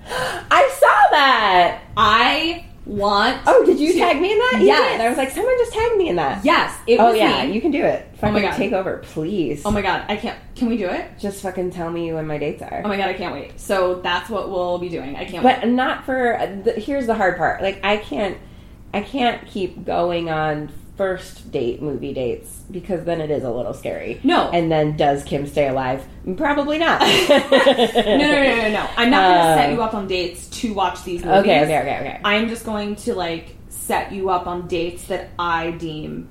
Speaker 4: I saw that.
Speaker 5: I want.
Speaker 4: Oh, did you
Speaker 5: to-
Speaker 4: tag me in that? You
Speaker 5: Yes.
Speaker 4: did. I was like, someone just tagged me in that.
Speaker 5: Yes, it
Speaker 4: Oh
Speaker 5: was
Speaker 4: yeah,
Speaker 5: me.
Speaker 4: you can do it. Fucking
Speaker 5: Oh God.
Speaker 4: take over, please.
Speaker 5: Oh my god, I can't. Can we do it?
Speaker 4: Just fucking tell me when my dates are.
Speaker 5: Oh my god, I can't wait. So that's what we'll be doing. I can't wait.
Speaker 4: but not for the, here's the hard part like i can't i can't keep going on first date movie dates because then it is a little scary
Speaker 5: No.
Speaker 4: and then does kim stay alive probably not no
Speaker 5: No, no, no, no, no, no. I'm not going to set
Speaker 4: Uh,
Speaker 5: you up on dates to watch these movies.
Speaker 4: okay okay okay okay
Speaker 5: I'm just going to like set you up on dates that I deem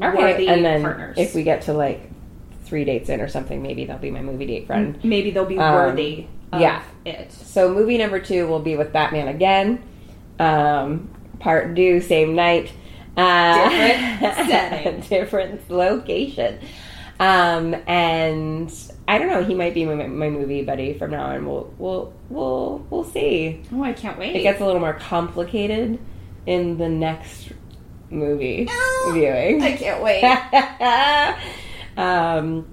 Speaker 4: okay
Speaker 5: worthy
Speaker 4: and then
Speaker 5: partners.
Speaker 4: if we get to like three dates in or something maybe they'll be my movie
Speaker 5: Mm-hmm.
Speaker 4: date friend
Speaker 5: maybe they'll be
Speaker 4: Um,
Speaker 5: worthy. Of
Speaker 4: yeah.
Speaker 5: It.
Speaker 4: so movie number two will be with batman again um part due same night uh,
Speaker 5: Different setting.
Speaker 4: different location um and i don't know he might be my, my movie buddy from now on we'll we'll we'll we'll see
Speaker 5: Oh, I can't wait.
Speaker 4: it gets a little more complicated in the next movie viewing
Speaker 5: I can't wait.
Speaker 4: um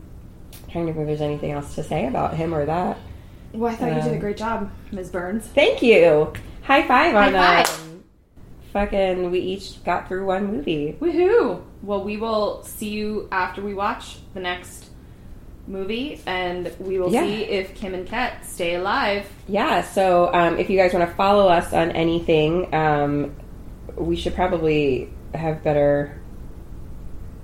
Speaker 4: trying to think if there's anything else to say about him or that
Speaker 5: Well, I thought you
Speaker 4: Uh,
Speaker 5: did a great job, Ms. Burns.
Speaker 4: Thank you. High five on
Speaker 5: High
Speaker 4: that. Fucking, we each got through one movie.
Speaker 5: Woohoo! Well, we will see you after we watch the next movie, and we will
Speaker 4: Yeah.
Speaker 5: see if Kim and Kat stay alive.
Speaker 4: Yeah, so um, if you guys want to follow us on anything, um, we should probably have better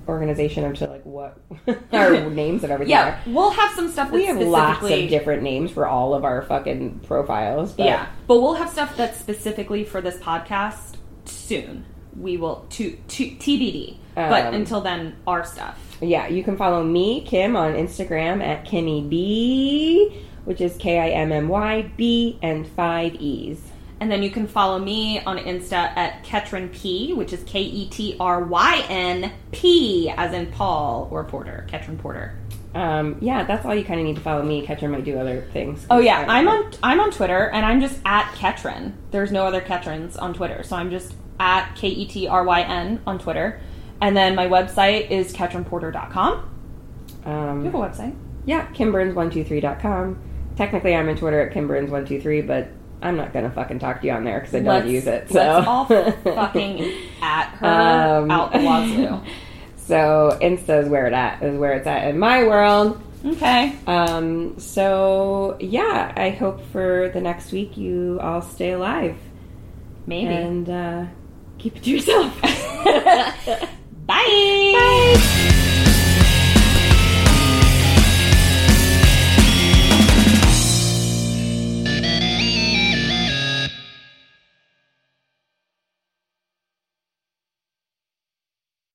Speaker 4: organization into like what our names of everything
Speaker 5: Yeah,
Speaker 4: are.
Speaker 5: we'll have some stuff. That's
Speaker 4: We have lots
Speaker 5: specifically-
Speaker 4: of different names for all of our fucking profiles. But
Speaker 5: Yeah, but we'll have stuff that's specifically for this podcast soon. We will to, to TBD. but
Speaker 4: Um,
Speaker 5: until then, our stuff.
Speaker 4: Yeah, you can follow me, Kim, on Instagram at Kimmy B, which is K I M M Y B and five E's.
Speaker 5: And then you can follow me on Insta at Ketrin P, which is K E T R Y N P, as in Paul or Porter, Ketrin Porter.
Speaker 4: Um, yeah, that's all you kind of need to follow me. Catcher might do other things.
Speaker 5: Oh yeah, I'm on I'm on Twitter and I'm just at Ketrin. There's no other Ketrins on Twitter, so I'm just at K E T R Y N on Twitter. And then my website is ketrinporter.com. You
Speaker 4: Um,
Speaker 5: have a website?
Speaker 4: yeah, kimburns123.com. Technically, I'm on Twitter at kimburns123, but I'm not gonna fucking talk to you on there because I don't
Speaker 5: Let's-
Speaker 4: use it. So
Speaker 5: Let's all fucking at her
Speaker 4: Um,
Speaker 5: out the wazoo.
Speaker 4: so Insta is where it at is where it's at in my world.
Speaker 5: Okay.
Speaker 4: Um, so yeah, I hope for the next week you all stay alive
Speaker 5: Maybe.
Speaker 4: and uh, keep it to yourself.